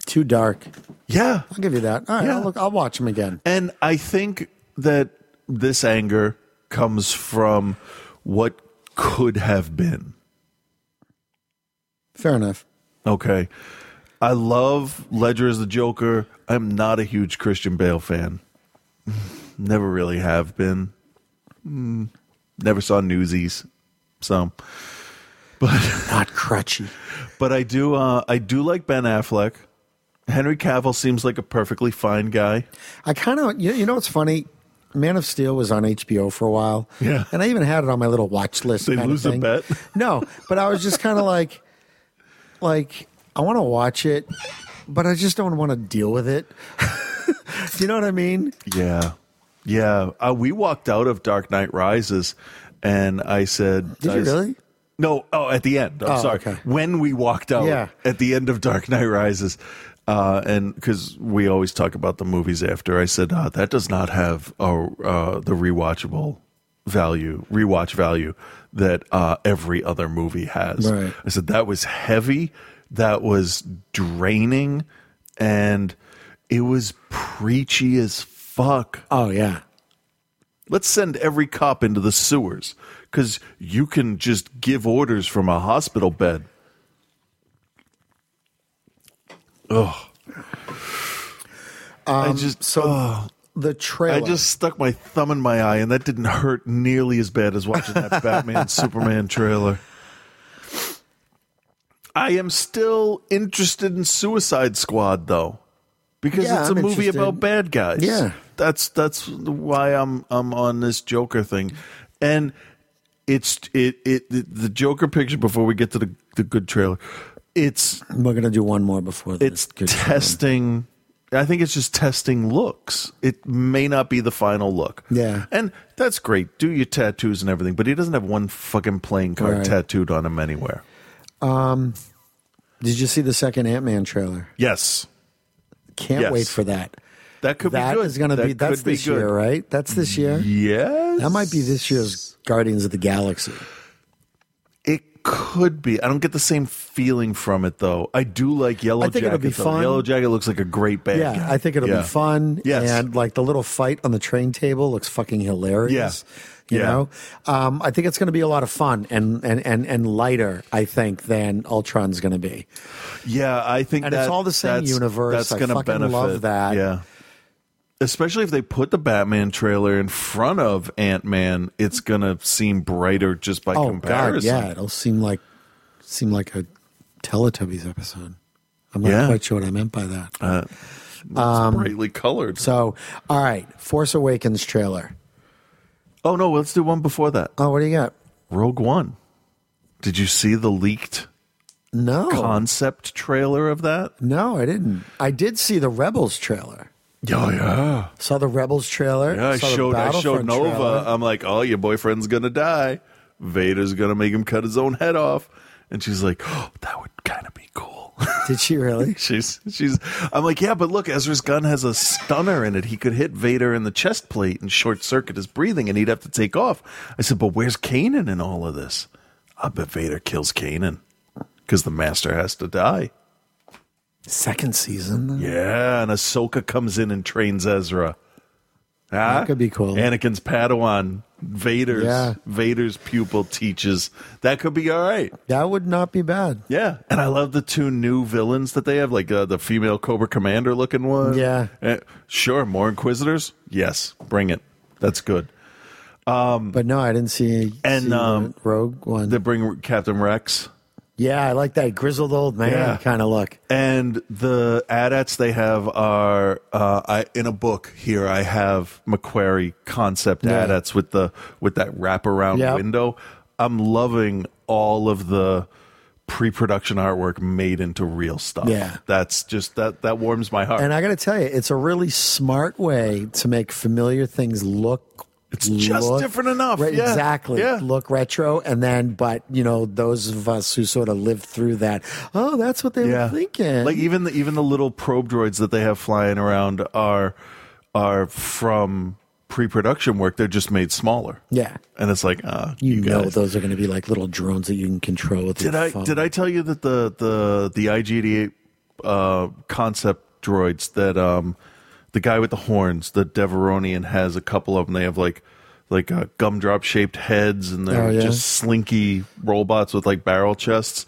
I: Too dark.
F: Yeah,
I: I'll give you that. All right,
F: Yeah.
I: I'll look I'll watch them again.
F: and I think that this anger comes from what could have been.
I: Fair enough.
F: Okay, I love Ledger as the Joker. I'm not a huge Christian Bale fan. Never really have been. Mm, Never saw Newsies, so.
I: Not crutchy.
F: But I do, uh, I do like Ben Affleck. Henry Cavill seems like a perfectly fine guy.
I: I kind of, you, you know, what's funny? Man of Steel was on HBO for a while.
F: Yeah.
I: And I even had it on my little watch list.
F: They
I: kinda
F: lose a
I: thing.
F: bet?
I: No, but I was just kind of like, like, I want to watch it, but I just don't want to deal with it. Do you know what I mean?
F: Yeah, yeah. Uh, we walked out of Dark Knight Rises, and I said,
I: Did
F: I
I: you
F: s-
I: really?
F: No. Oh, at the end. I'm
I: Oh,
F: sorry.
I: okay.
F: When we walked out
I: Yeah.
F: at the end of Dark Knight Rises, uh, and because we always talk about the movies after, I said uh, that does not have a, uh, the rewatchable value, rewatch value that uh, every other movie has.
I: Right.
F: I said that was heavy, that was draining, and it was preachy as fuck
I: Oh, yeah.
F: let's send every cop into the sewers because you can just give orders from a hospital bed. Oh, I just
I: So
F: oh,
I: the trailer.
F: I just stuck my thumb in my eye, and that didn't hurt nearly as bad as watching that Batman Superman trailer. I am still interested in Suicide Squad though, because
I: Yeah,
F: it's a
I: I'm
F: movie
I: interested.
F: about bad guys.
I: Yeah.
F: that's that's why I'm I'm on this Joker thing, and it's it it the- the Joker picture. Before we get to the the good trailer, it's
I: We're going to do one more before this.
F: it's testing i think it's just testing looks it may not be the final look
I: Yeah.
F: and that's great do your tattoos and everything but he doesn't have one fucking playing card
I: Right.
F: tattooed on him anywhere
I: Did you see the second Ant Man trailer?
F: yes
I: Can't
F: Yes.
I: wait for that.
F: that could
I: That
F: be good
I: is going to be, that's
F: could be
I: this
F: good.
I: year, right? That's this year?
F: yes
I: That might be this year's Guardians of the Galaxy.
F: it could be i don't get the same feeling from it though i do like yellow
I: I think
F: jacket
I: it'll be
F: though.
I: fun.
F: yellow jacket looks like a great band
I: Yeah, I think it'll
F: Yeah.
I: be fun.
F: Yes.
I: And like the little fight on the train table looks fucking hilarious.
F: Yeah.
I: You
F: Yeah.
I: know? Um, I think it's gonna be a lot of fun and and and, and lighter, I think, than Ultron's gonna be.
F: Yeah, I think
I: And it's
F: that-
I: all the same
F: that's-
I: universe.
F: That's
I: I
F: gonna
I: fucking
F: benefit.
I: love that.
F: Yeah, especially if they put the Batman trailer in front of Ant Man, it's gonna seem brighter just by
I: oh god,
F: comparison.
I: yeah. It'll seem like seem like a Teletubbies episode. I'm not
F: Yeah. Uh,
I: quite sure what I meant by that.
F: it's
I: Um,
F: brightly colored.
I: so all right, Force Awakens trailer.
F: oh no, let's do one before that.
I: Oh, what do you got?
F: Rogue One. Did you see the leaked
I: No.
F: concept trailer of that?
I: no, I didn't. I did see the Rebels trailer.
F: Yeah, Oh, yeah.
I: Saw the Rebels trailer.
F: Yeah, I
I: saw the
F: showed I showed
I: Battlefront
F: Nova.
I: trailer.
F: I'm like, oh, your boyfriend's gonna die. Vader's gonna make him cut his own head off. And she's like, oh, that would kind of be cool.
I: Did she really?
F: she's she's. I'm like, yeah, but look, Ezra's gun has a stunner in it. He could hit Vader in the chest plate and short circuit his breathing, and he'd have to take off. I said, but where's Kanan in all of this? I bet Vader kills Kanan because the Master has to die.
I: Second season. Though?
F: Yeah, and Ahsoka comes in and trains Ezra. Ah,
I: That could be cool.
F: Anakin's Padawan, Vader's
I: Yeah.
F: Vader's pupil teaches. That could be all right.
I: That would not be bad.
F: Yeah, and I love the two new villains that they have, like uh, the female Cobra Commander looking one.
I: Yeah.
F: Uh, sure. More Inquisitors? Yes, bring it. That's good.
I: But no, I didn't see
F: Hmm. And,
I: see
F: um,
I: the Rogue One.
F: They bring Captain Rex
I: yeah, I like that grizzled old man
F: Yeah.
I: kind of look.
F: and the adats they have are uh, I, in a book here. I have Macquarie concept
I: Yeah.
F: adats with the with that wraparound
I: Yep.
F: window. I'm loving all of the pre-production artwork made into real stuff.
I: Yeah.
F: that's just that that warms my heart.
I: And I got to tell you, it's a really smart way to make familiar things look.
F: It's just different enough.
I: Right,
F: Yeah.
I: Exactly.
F: Yeah.
I: Look retro. And then, but, you know, those of us who sort of lived through that, oh, that's what they were thinking.
F: Like even the even the little probe droids that they have flying around are are from pre-production work. They're just made smaller.
I: yeah.
F: And it's like, uh,
I: You,
F: you,
I: know,
F: guys.
I: those are going to be like little drones that you can control with
F: Did
I: your
F: I
I: phone.
F: did I tell you that the the the IG88 uh, concept droids that um the guy with the horns, the Deveronian, has a couple of them. They have like like uh, gumdrop shaped heads, and they're
I: Oh, yeah.
F: just slinky robots with like barrel chests.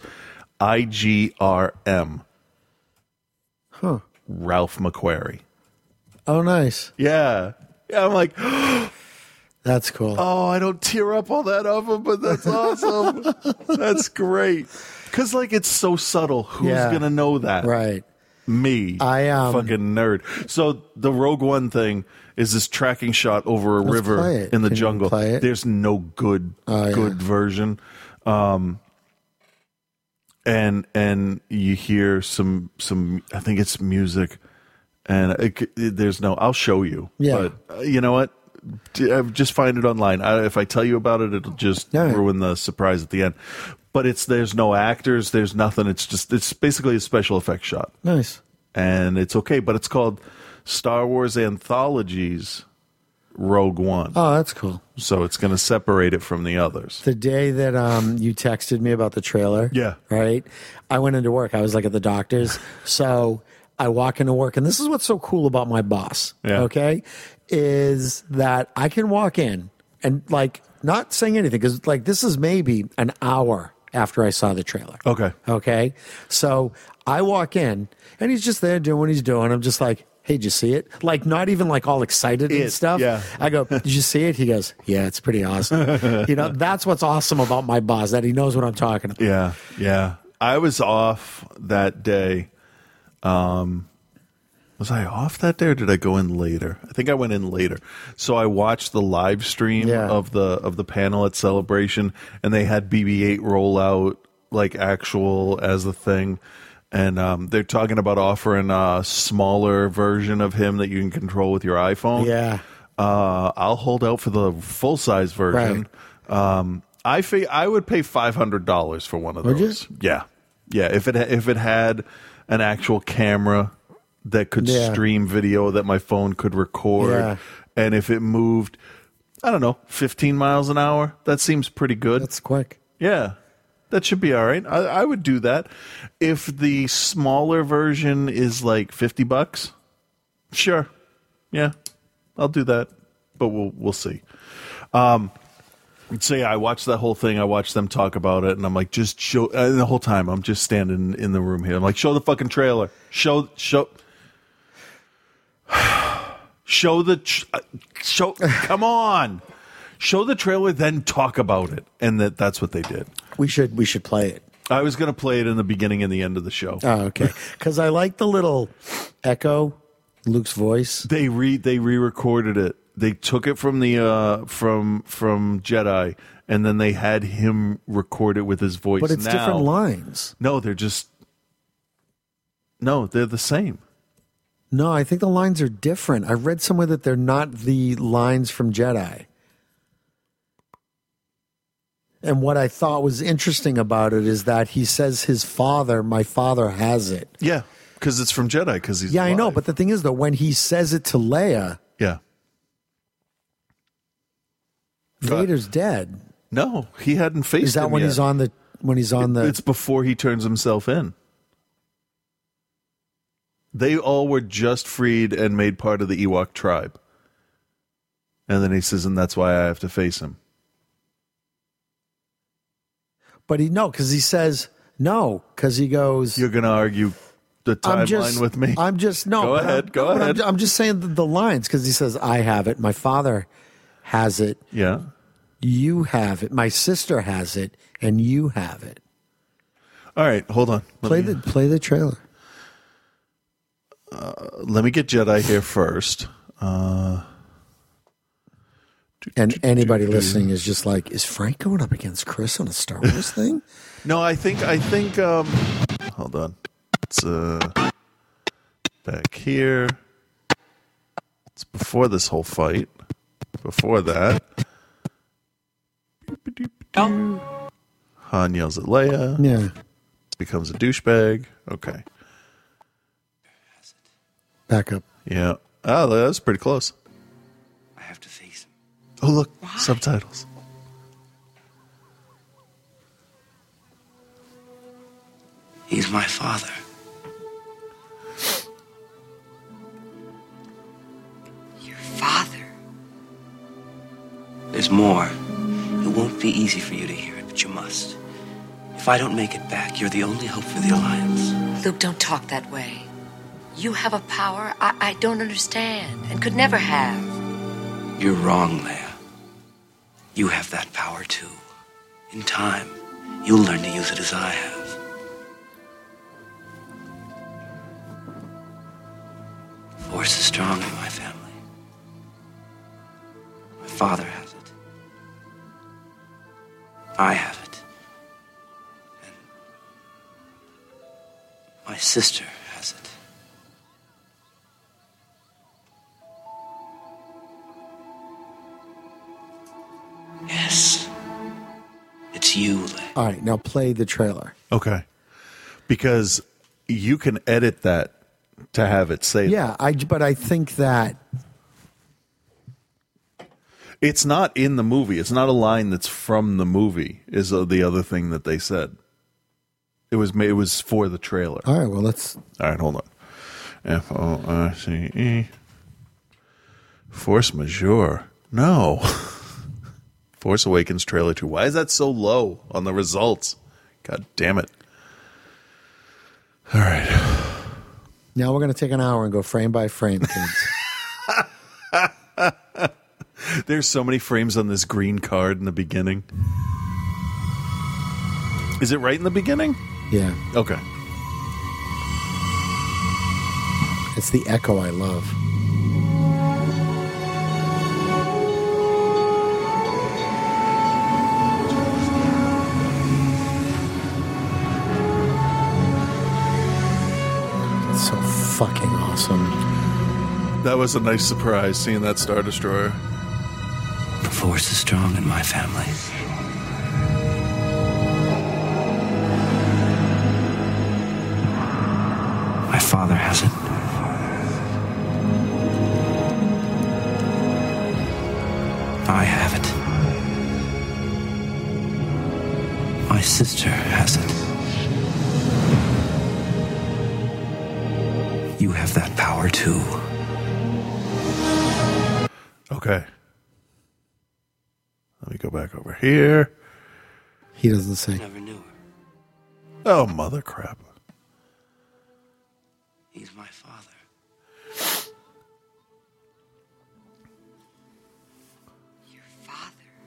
F: IGRM.
I: Huh.
F: Ralph McQuarrie.
I: Oh, nice.
F: Yeah. Yeah, I'm like,
I: That's cool.
F: oh, I don't tear up all that of him, but that's awesome. that's great. Cause like it's so subtle. Who's
I: Yeah.
F: gonna know that?
I: Right.
F: Me.
I: I, um,
F: fucking nerd. So the Rogue One thing is this tracking shot over a river
I: play it.
F: in the
I: Can you
F: jungle.
I: play it?
F: There's no good
I: Oh, yeah.
F: good version. Um and and you hear some some I think it's music and it, c- there's no I'll show you.
I: Yeah.
F: But uh, you know what? D- uh, Just find it online. I, if I tell you about it, it'll just
I: Yeah.
F: ruin the surprise at the end. But it's there's no actors, there's nothing. It's just it's basically a special effects shot
I: Nice.
F: and it's okay, but it's called Star Wars Anthologies Rogue One.
I: Oh, that's cool.
F: So it's going to separate it from the others.
I: the day that um you texted me about the trailer.
F: Yeah.
I: Right. I went into work. I was like at the doctor's. so I walk into work and this is what's so cool about my boss.
F: Yeah.
I: Okay. Is that I can walk in and like not saying anything because like this is maybe an hour after I saw the trailer.
F: Okay.
I: Okay. So I walk in and he's just there doing what he's doing. I'm just like, hey, did you see it? Like, not even like all excited
F: It,
I: and stuff.
F: yeah.
I: I go, did you see it? He goes, yeah, it's pretty awesome. you know, that's what's awesome about my boss that he knows what I'm talking about.
F: Yeah, yeah. I was off that day. Um, was I off that day, or did I go in later? I think I went in later. So I watched the live stream
I: Yeah.
F: of the of the panel at Celebration, and they had BB-8 roll out like actual as a thing. And um, they're talking about offering a smaller version of him that you can control with your iPhone
I: Yeah.
F: uh, I'll hold out for the full size version. Um, I fa- I would pay five hundred dollars for one of
I: Would you?
F: those. Yeah, yeah. If it ha- if it had an actual camera that could
I: Yeah.
F: stream video that my phone could record,
I: Yeah.
F: and if it moved, I don't know, fifteen miles an hour. That seems pretty good.
I: That's quick.
F: Yeah, that should be all right. I, I would do that. If the smaller version is like fifty bucks, sure. Yeah, I'll do that. But we'll we'll see. Um. So yeah, I watched that whole thing. I watched them talk about it, and I'm like, just show. And the whole time, I'm just standing in the room here. I'm like, show the fucking trailer. Show show. Show the tr- uh, show. Come on, show the trailer, then talk about it, and that that's what they did.
I: We should we should play it.
F: I was gonna play it in the beginning and the end of the show.
I: Oh, okay. Because I like the little echo, Luke's voice.
F: They re they re-recorded it. They took it from the uh from from Jedi, and then they had him record it with his voice.
I: But it's
F: now.
I: different lines.
F: No, they're just no, they're the same.
I: No, I think the lines are different. I read somewhere that they're not the lines from Jedi. And what I thought was interesting about it is that he says his father, my father has it.
F: Yeah, because it's from Jedi. Because he's
I: yeah, I know.
F: alive.
I: But the thing is, though, when he says it to Leia,
F: yeah, Right.
I: Vader's dead.
F: no, he hadn't faced.
I: Is that
F: him
I: when
F: yet.
I: he's on the when he's on the?
F: It's before he turns himself in. They all were just freed and made part of the Ewok tribe. And then he says, and that's why I have to face him.
I: but he no, because he says no, because he goes.
F: You're going to argue the
I: I'm
F: timeline
I: just
F: with me.
I: I'm just no.
F: Go
I: but I'm-
F: ahead. go
I: but I'm,
F: ahead.
I: ju- I'm just saying the, the lines because he says, "I have it. My father has it.
F: yeah.
I: You have it. My sister has it, and you have it."
F: All right. Hold on. Let
I: Play
F: me-
I: the play the trailer.
F: let me get Jedi here first. Uh,
I: And anybody listening is just like, is Frank going up against Chris on a Star Wars thing?
F: no, I think I think. Um, hold on. It's uh, back here. It's before this whole fight. Before that, Han yells at Leia.
I: Yeah.
F: Becomes a douchebag. Okay.
I: Back up.
F: Yeah. Oh, that's pretty close.
D: I have to face him.
F: Oh, look, subtitles.
D: He's my father.
E: Your father.
D: There's more. It won't be easy for you to hear it, but you must. If I don't make it back, you're the only hope for the Alliance.
K: Luke, don't talk that way. You have a power I, I don't understand and could never have.
D: You're wrong, Leia. You have that power too. In time, you'll learn to use it as I have. Force is strong in my family. My father has it. I have it. And my sister has it. Yes. It's you, Leia.
I: All right, now play the trailer.
F: Okay. Because you can edit that to have it say
I: Yeah, I but I think that
F: It's not in the movie. It's not a line that's from the movie. Is uh, the other thing that they said. It was ma- it was for the trailer.
I: all right, well let's
F: All right, hold on. F O R C E. Force majeure. No. Force Awakens trailer two. Why is that so low on the results? God damn it. All right.
I: now we're gonna take an hour and go frame by frame kids.
F: There's so many frames on this green card in the beginning. Is it right in the beginning?
I: yeah.
F: Okay.
I: It's the echo I love. It's so fucking awesome.
F: That was a nice surprise seeing that Star Destroyer.
D: The force is strong in my family. My father has it. I have it. My sister has it. You have that power too.
F: Okay. Let me go back over here.
I: He doesn't say.
D: Never knew her.
F: Oh, mother crap.
D: He's my father.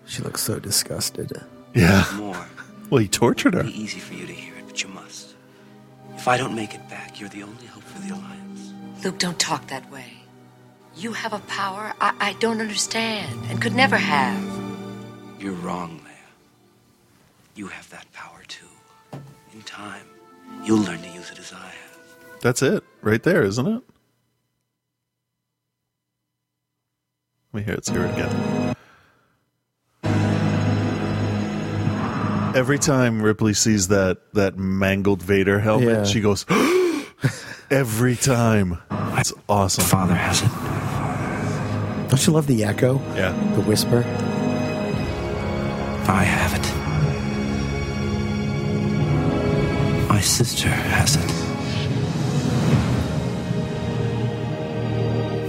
I: She looks so disgusted.
F: Yeah.
D: More.
F: Well, he tortured her.
D: It'll be easy for you to hear it, but you must. If I don't make it back, you're the only hope for the Alliance.
K: Luke, don't talk that way. You have a power I, I don't understand and could never have.
D: You're wrong, Leia. You have that power too. In time, you'll learn to use it as I have.
F: That's it, right there, isn't it? Let me hear it. Let's hear it again. Every time Ripley sees that that mangled Vader helmet,
I: Yeah.
F: she goes. Every time, it's awesome. Father has it.
I: Don't you love the echo?
F: Yeah.
I: The whisper?
D: I have it. My sister has it.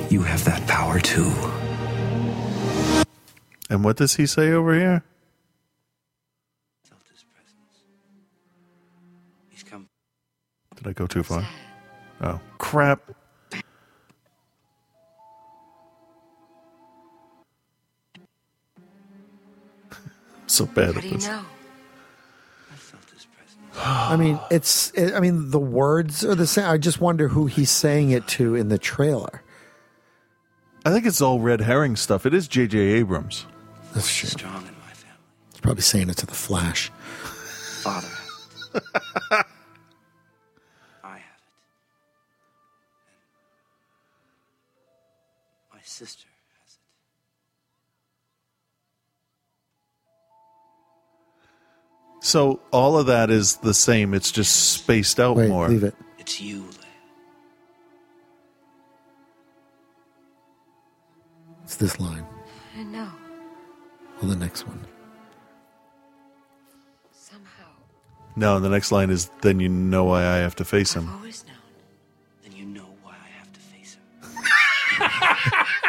D: You have that power too.
F: And what does he say over here?
D: He's come.
F: Did I go too far? Oh crap! so bad
K: How
F: at
K: do you
F: this.
K: know?
I: I mean, it's. It, I mean, the words are the same. I just wonder who he's saying it to in the trailer.
F: I think it's all red herring stuff. It is J.J. Abrams.
I: That's true. Strong in my family. He's probably saying it to the Flash.
D: Father. I have it. And my sister has it.
F: So all of that is the same. It's just spaced out
I: Wait,
F: more.
I: leave it.
D: It's you, Leia.
I: It's this line.
K: I know.
I: Well, the next one.
F: No, the next line is then you know why I have to face him.
D: Always known. Then you know why I have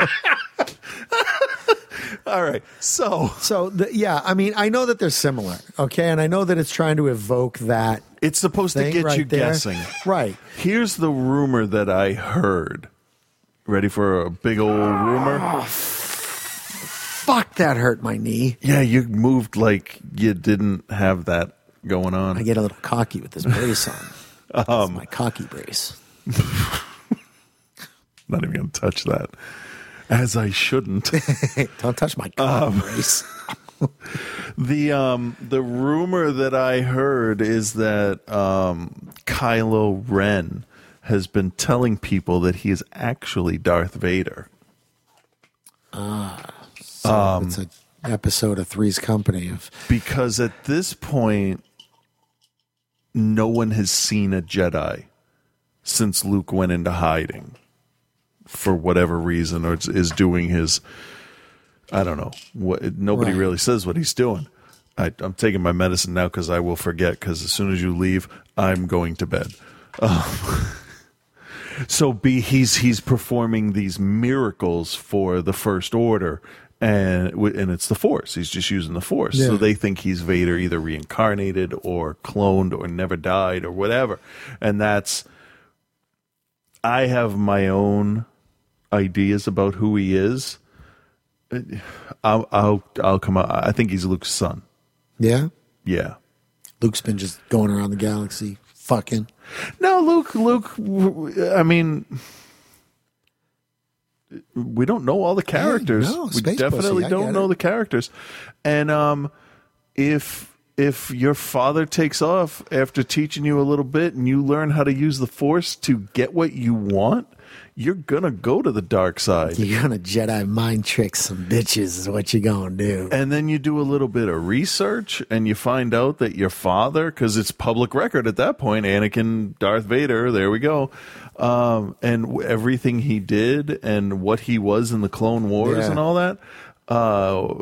D: to face him.
F: All right. So,
I: so the, yeah, I mean, I know that they're similar, okay, and I know that it's trying to evoke that.
F: It's supposed
I: thing
F: to get
I: right
F: you
I: there.
F: guessing.
I: right?
F: Here's the rumor that I heard. Ready for a big old rumor?
I: Fuck, that hurt my knee.
F: Yeah, you moved like you didn't have that going on. I
I: get a little cocky with this brace on.
F: um,
I: my cocky brace.
F: Not even going to touch that. As I shouldn't.
I: Don't touch my
F: cock
I: brace.
F: the um the rumor that I heard is that um Kylo Ren has been telling people that he is actually Darth Vader.
I: Ah, so
F: um,
I: it's an episode of Three's Company of
F: because at this point no one has seen a jedi since luke went into hiding for whatever reason or is- is doing his i don't know what nobody
I: Right.
F: really says what he's doing I, i'm taking my medicine now because i will forget because as soon as you leave i'm going to bed um, so be he's he's performing these miracles for the first order and w- and it's the force he's just using the force so
L: Yeah.
F: they think he's vader either reincarnated or cloned or never died or whatever and that's i have my own ideas about who he is Uh, i'll i'll, I'll come out i think he's luke's son
I: yeah.
F: yeah
I: Luke's been just going around the galaxy, fucking.
F: No, Luke. Luke. I mean, we don't know all the characters.
L: no,
F: we
L: space pussy,
F: definitely
L: I
F: don't
L: get
F: know
L: it.
F: the characters. And um, if if your father takes off after teaching you a little bit and you learn how to use the force to get what you want, you're gonna go to the dark side.
I: You're gonna Jedi mind trick some bitches, is what you're gonna do.
F: And then you do a little bit of research and you find out that your father, because it's public record at that point, Anakin, Darth Vader, there we go. Um, and w- everything he did and what he was in the Clone Wars
L: Yeah.
F: and all that. Uh,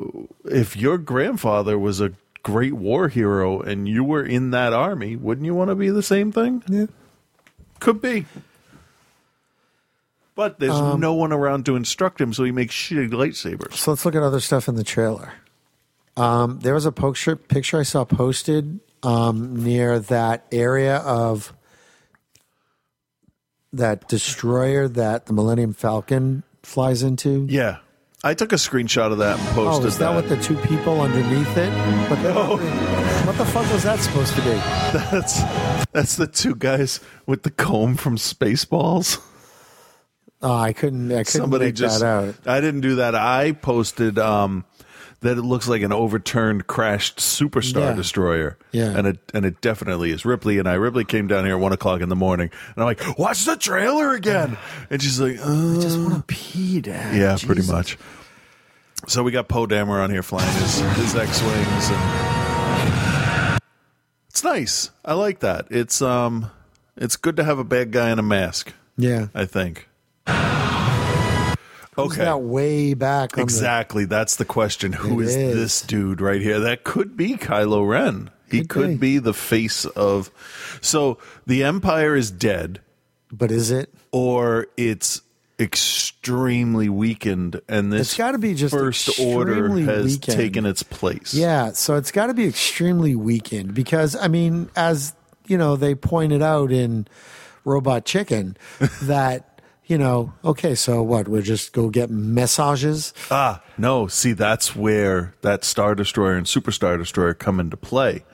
F: if your grandfather was a great war hero and you were in that army, wouldn't you want to be the same thing?
I: Yeah.
F: Could be. But there's
I: Um,
F: no one around to instruct him, so he makes shitty lightsabers.
I: So let's look at other stuff in the trailer. Um, there was a picture picture I saw posted um, near that area of that destroyer that the Millennium Falcon flies into.
F: Yeah. I took a screenshot of that and
I: Oh,
F: posted
I: is that, what the two people underneath it? But then- what the fuck was that supposed to be?
F: That's that's the two guys with the comb from Spaceballs.
I: Oh, I couldn't. I couldn't
F: Somebody
I: make
F: just
I: that out.
F: I didn't do that. I posted um that it looks like an overturned crashed superstar
I: Yeah.
F: destroyer.
I: Yeah.
F: And it and it definitely is. Ripley and I Ripley came down here at one o'clock in the morning and I'm like, Watch the trailer again and she's like, uh, I just wanna
I: pee, Dad.
F: Yeah, pretty much. So we got Poe Dameron here flying his, his X Wings and It's nice. I like that. It's um, it's good to have a bad guy in a mask.
I: Yeah.
F: I think.
I: Who's
F: Okay.
I: that way back? On
F: Exactly. That's the question. Who
I: It
F: is,
I: is.
F: this dude right here? That could be Kylo Ren. He could, be. the face of. So the Empire is dead.
I: But is it?
F: Or it's extremely weakened, and this
I: It's gotta be just
F: first order
I: extremely
F: has
I: weakened.
F: taken its place.
I: The, yeah. So it's got to be extremely weakened because I mean, as you know, they pointed out in Robot Chicken that you know, okay, so what? We're just go get massages.
F: Ah, no. See, that's where that Star Destroyer and Super Star Destroyer come into play.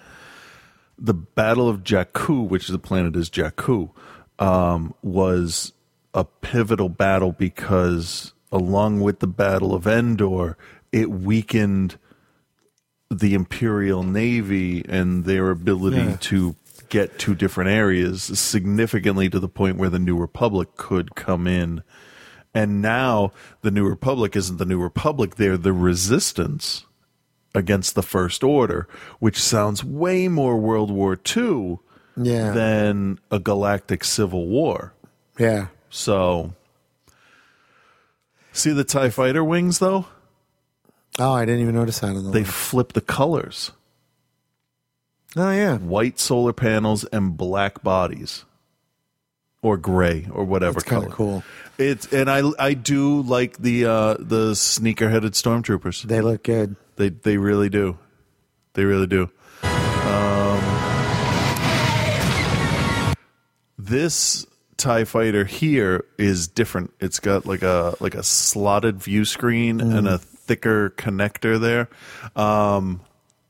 F: The Battle of Jakku, which the planet is Jakku, um, was a pivotal battle because, along with the Battle of Endor, it weakened the Imperial Navy and their ability
I: Yeah.
F: to get to different areas significantly to the point where the New Republic could come in. And now the New Republic isn't the New Republic, they're the resistance against the First Order, which sounds way more World War II
I: Yeah.
F: than a galactic civil war.
I: Yeah.
F: So, see the TIE fighter wings, though?
I: Oh, I didn't even notice that on the.
F: They flip the colors.
I: Oh yeah,
F: white solar panels and black bodies, or gray or whatever
I: That's kinda
F: color.
I: cool.
F: It's and I I do like the uh, the sneaker headed stormtroopers.
I: They look good.
F: They they really do. They really do. Um, this Tie Fighter here is different. It's got like a like a slotted view screen
I: Mm.
F: and a thicker connector there. Um,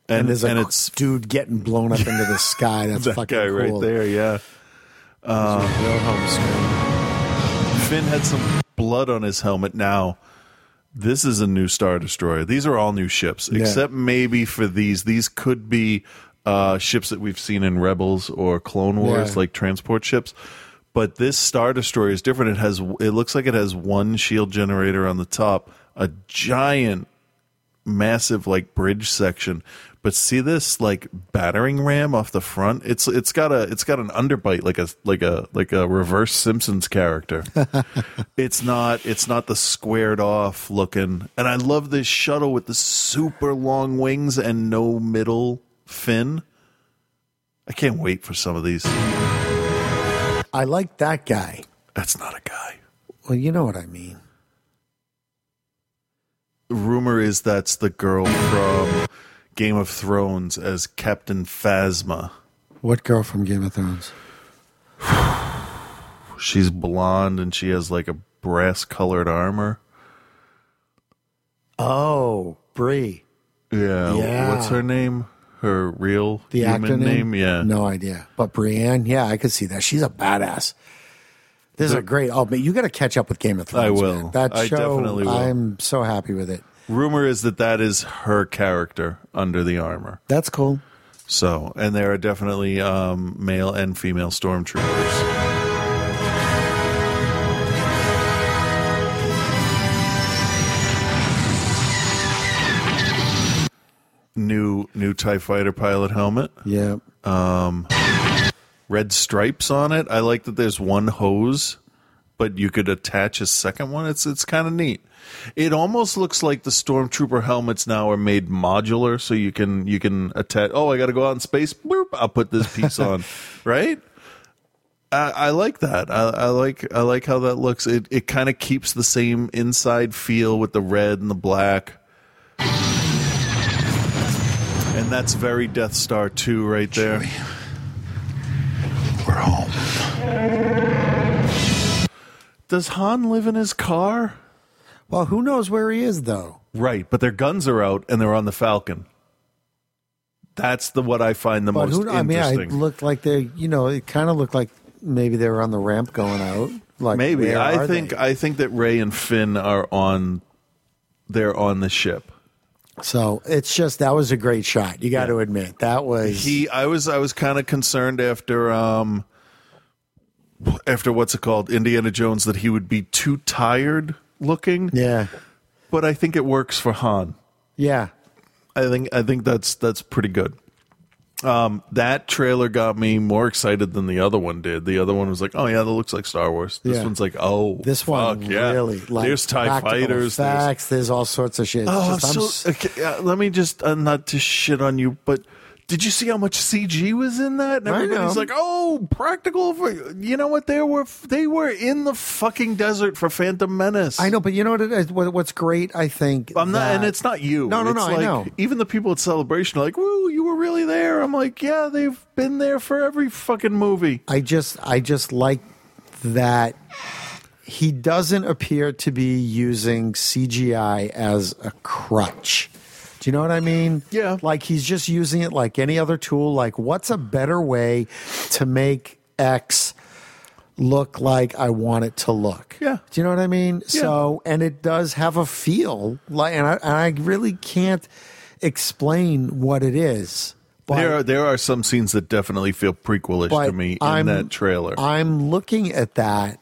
I: and,
F: and
I: there's a
F: and
I: c-
F: it's
I: dude getting blown up into the sky. That's
F: that
I: fucking
F: guy
I: cool.
F: right there. Yeah. Uh, Finn had some blood on his helmet. Now, this is a new Star Destroyer. These are all new ships,
I: Yeah.
F: except maybe for these. These could be uh, ships that we've seen in Rebels or Clone Wars,
I: Yeah.
F: like transport ships. But this Star Destroyer is different. It has. It looks like it has one shield generator on the top, a giant massive like bridge section but see this like battering ram off the front it's it's got a it's got an underbite like a like a like a reverse simpsons character it's not it's not the squared off looking and i love this shuttle with the super long wings and no middle fin i can't wait for some of these
I: I like that guy.
F: that's not a guy
I: Well, you know what I mean.
F: rumor is that's the girl from game of thrones as captain phasma
I: What girl from Game of Thrones?
F: She's blonde and she has like a brass colored armor.
I: Oh, Bree.
F: Yeah.
I: Yeah.
F: What's her name? Her real
I: The
F: human
I: actor name?
F: name? Yeah.
I: No idea. But Brienne, yeah, I could see that. She's a badass. This is a great. Oh, man, you got to catch up with Game of Thrones.
F: I will.
I: man. That
F: I
I: show,
F: definitely will.
I: I'm so happy with it.
F: Rumor is that that is her character under the armor.
I: That's cool.
F: So, and there are definitely um, male and female stormtroopers. New new Tie Fighter pilot helmet.
I: Yeah.
F: um, red stripes on it. I like that there's one hose, but you could attach a second one. It's it's kind of neat. It almost looks like the stormtrooper helmets now are made modular, so you can you can attach. Oh, I got to go out in space. Boop, I'll put this piece on, right? I, I like that. I, I like I like how that looks. It it kind of keeps the same inside feel with the red and the black. And that's very Death Star 2 right there. We're home. Does Han live in his car?
I: Well, who knows where he is though?
F: Right, but their guns are out and they're on the Falcon. That's the what I find the
I: But
F: most
I: who? I mean, I
F: interesting.
I: looked like they. You know, it kind of looked like maybe they were on the ramp going out. Like
F: Maybe
I: where
F: I
I: are
F: think
I: they?
F: I think that Ray and Finn are on they're on the ship.
I: so. It's just that was a great shot. You got to admit that was.
F: He, I was, I was kind of concerned after, um, after what's it called, Indiana Jones, that he would be too tired looking.
I: yeah.
F: But I think it works for Han.
I: Yeah.
F: I think, I think that's that's pretty good. Um, that trailer got me more excited than the other one did. The other one was like, "Oh yeah, that looks like Star Wars." This
I: Yeah.
F: one's like, "Oh,
I: This one
F: fuck, yeah.
I: really like
F: there's Tie
I: practical
F: Fighters, there's
I: effects, there's, all sorts of shit. It's
F: Oh,
I: just-
F: I'm
I: I'm
F: so, okay, uh, let me just uh, not to shit on you, but did you see how much CG was in that? And
I: I
F: everybody's
I: know.
F: like, "Oh, practical." For, you know what? They were they were in the fucking desert for Phantom Menace.
I: I know, but you know what? It is? What- What's great, I think.
F: I'm not,
I: that-
F: and it's not you.
I: No, no,
F: It's
I: no.
F: like,
I: I know.
F: Even the people at Celebration are like, "Woo, you were really there." I'm like, "Yeah, they've been there for every fucking movie."
I: I just, I just like that he doesn't appear to be using CGI as a crutch. Do you know what I mean? Yeah. Like he's just using it like any other tool. Like, what's a better way to make X look like I want it to look? Yeah. Do you know what I mean?
L: Yeah.
I: So, and it does have a feel like, and I, and I really can't explain what it is.
F: there are there are some scenes that definitely feel prequelish to me in
I: I'm-
F: that trailer.
I: I'm looking at that,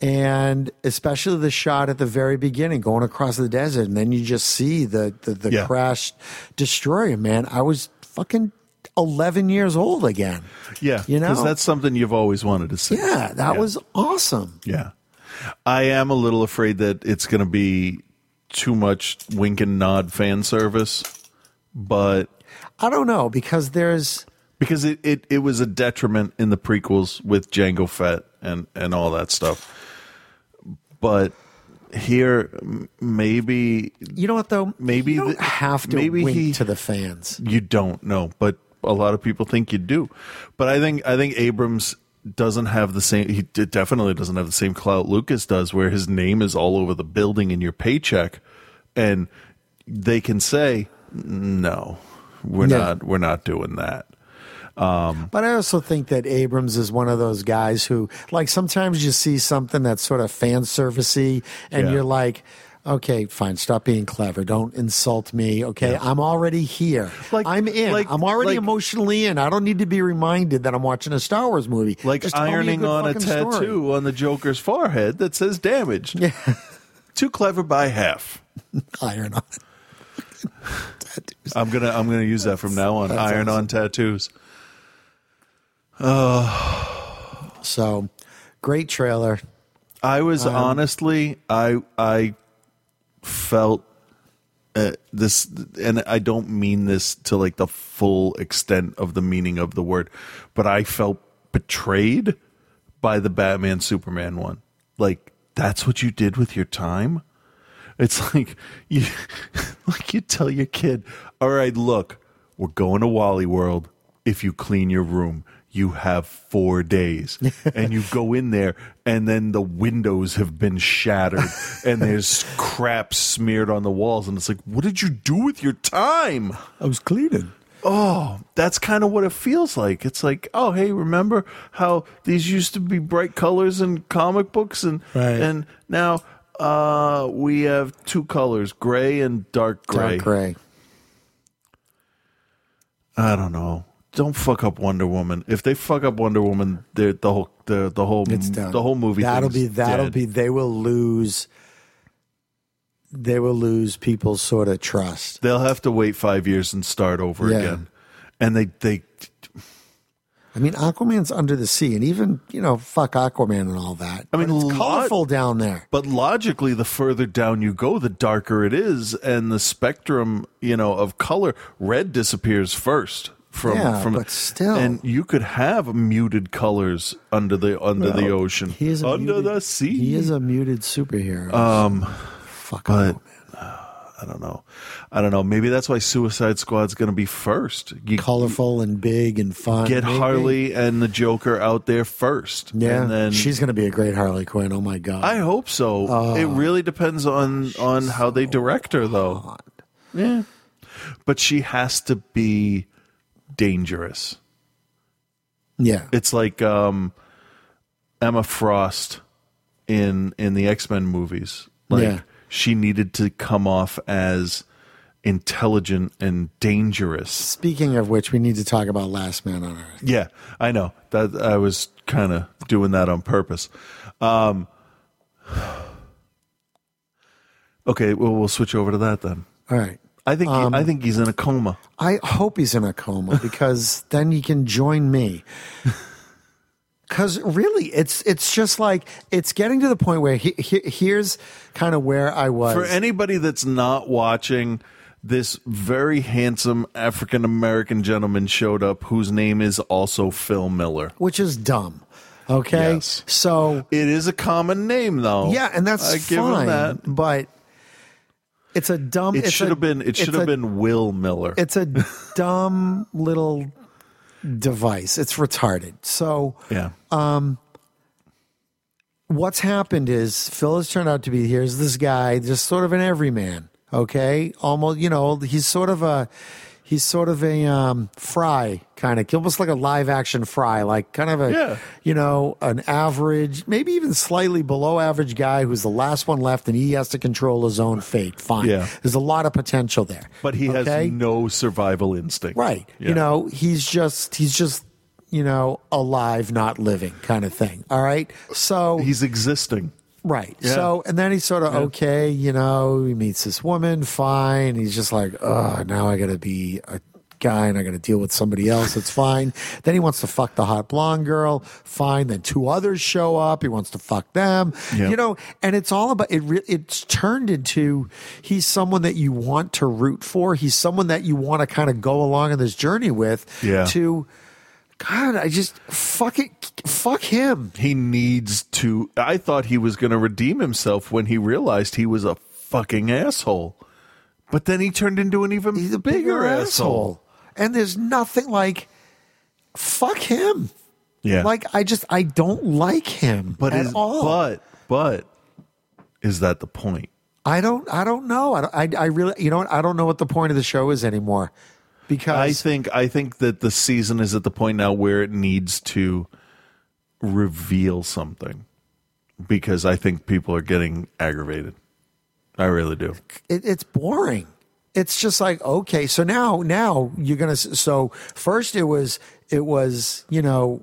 I: and especially the shot at the very beginning, going across the desert, and then you just see the the, the
F: Yeah.
I: crashed destroyer. Man, I was fucking eleven years old again.
F: yeah,
I: you know?
F: that's something you've always wanted to see.
I: Yeah, that was awesome.
F: Yeah. I am a little afraid that it's going to be too much wink and nod fan service, but
I: I don't know because there's
F: because it, it, it was a detriment in the prequels with Django Fett and and all that stuff. But here, m- maybe
I: you know what though?
F: Maybe
I: You don't
F: the-
I: have to
F: maybe
I: wink
F: he-
I: to the fans.
F: you don't know, but a lot of people think you do. But I think I think Abrams doesn't have the same. He d- definitely doesn't have the same clout Lucas does, where his name is all over the building in your paycheck, and they can say, "No, we're
I: Yeah.
F: not. We're not doing that." Um,
I: But I also think that Abrams is one of those guys who, like, sometimes you see something that's sort of fan servicey, and
F: Yeah.
I: you're like, okay, fine, stop being clever. Don't insult me. Okay, I'm already here. Like I'm in.
F: like-
I: I'm already
F: like-
I: emotionally in. I don't need to be reminded that I'm watching a Star Wars movie.
F: like
I: Just tell me a
F: ironing
I: good
F: on a
I: fucking
F: tattoo
I: story.
F: on the Joker's forehead that says "damage." Yeah, too clever by half.
I: Iron on.
F: I'm gonna I'm gonna use that from now on.
I: That's
F: Iron on tattoos. Uh,
I: so great trailer.
F: I was
I: Um,
F: honestly I I felt uh, this, and I don't mean this to like the full extent of the meaning of the word, but I felt betrayed by the Batman Superman one. Like that's what you did with your time. It's like you like you tell your kid, "All right, look, we're going to Wally World. If you clean your room, you have 4 days." and you go in there and then the windows have been shattered and there's crap smeared on the walls and it's like, "What did you do with your time?"
I: I was cleaning.
F: Oh, that's kind of what it feels like. It's like, oh, hey, remember how these used to be bright colors in comic books, and
I: Right.
F: and now uh, we have two colors, gray and dark gray.
I: Dark gray.
F: I don't know. Don't fuck up Wonder Woman. If they fuck up Wonder Woman, they're- the whole the the whole
I: It's done.
F: Mm, the whole movie.
I: That'll
F: thing's
I: be that'll
F: dead.
I: be they will lose. They will lose people's sort of trust.
F: They'll have to wait five years and start over
I: Yeah.
F: again. And they they
I: I mean, Aquaman's under the sea, and even you know, fuck Aquaman and all that.
F: I mean,
I: But it's
F: lo-
I: colorful down there.
F: But logically, the further down you go, the darker it is, and the spectrum, you know, of color. Red disappears first from
I: Yeah,
F: from.
I: but still.
F: and you could have muted colors under the under the
I: Well,
F: ocean,
I: He is a
F: under
I: muted-
F: the sea.
I: He is a muted superhero.
F: um,
I: fuck.
F: But I don't know. I don't know. Maybe that's why Suicide Squad's going to be first. You
I: colorful and big and fun.
F: get
I: Maybe.
F: Harley and the Joker out there first.
I: Yeah,
F: and then
I: she's going to be a great Harley Quinn. Oh my god.
F: I hope so. it
I: Oh.
F: really depends on on how they direct her, though.
I: Yeah.
F: But she has to be dangerous.
I: Yeah.
F: It's like um, Emma Frost in in the X Men movies. Like
I: Yeah.
F: she needed to come off as intelligent and dangerous.
I: Speaking of which, we need to talk about Last Man on Earth.
F: Yeah, I know that I was kind of doing that on purpose. Um, okay, well we'll switch over to that then.
I: All right.
F: I think he-
I: Um,
F: I think he's in a coma.
I: I hope he's in a coma because then he can join me. Cause really, it's it's just like it's getting to the point where he, he, here's kind of where I was.
F: For anybody that's not watching, this very handsome African American gentleman showed up whose name is also Phil Miller.
I: which is dumb. Okay, so
F: it is a common name though.
I: Yeah, and that's
F: I give him
I: fine.
F: that.
I: But it's a dumb.
F: It
I: it's
F: should
I: a-
F: have been it
I: it's
F: should have
I: a-
F: been Will Miller.
I: It's a dumb little device. It's retarded. So
F: yeah.
I: um, what's happened is Phil has turned out to be here's this guy, just sort of an everyman. Okay, almost you know he's sort of a he's sort of a um, fry kind of almost like a live action fry, like kind of a
F: Yeah.
I: you know an average, maybe even slightly below average guy who's the last one left, and he has to control his own fate. Fine,
F: Yeah.
I: there's a lot of potential there,
F: But he has
I: okay?
F: no survival instinct.
I: Right.
F: Yeah.
I: You know, he's just he's just, you know, alive not living kind of thing. All right? So
F: he's existing.
I: Right.
F: Yeah.
I: So and then he's sort of
F: Yeah.
I: okay, you know, he meets this woman, fine. He's just like, "Oh, now I got to be a guy and I got to deal with somebody else. It's fine." then he wants to fuck the hot blonde girl. Fine. Then two others show up. He wants to fuck them.
F: Yeah.
I: You know, and it's all about it re- it's turned into he's someone that you want to root for. He's someone that you want to kind of go along in this journey with
F: Yeah.
I: to God, I just fuck it fuck him.
F: He needs to I thought he was going to redeem himself when he realized he was a fucking asshole. But then he turned into an even bigger, asshole.
I: And there's nothing like fuck him.
F: Yeah.
I: Like I just I don't like him
F: but
I: at
F: is,
I: all.
F: but but is that the point?
I: I don't I don't know. I, don't, I I really you know what I don't know what the point of the show is anymore. Because
F: I think I think that the season is at the point now where it needs to reveal something because I think people are getting aggravated. I really do.
I: it, it's boring. It's just like okay, so now now you're gonna s- so first it was it was you know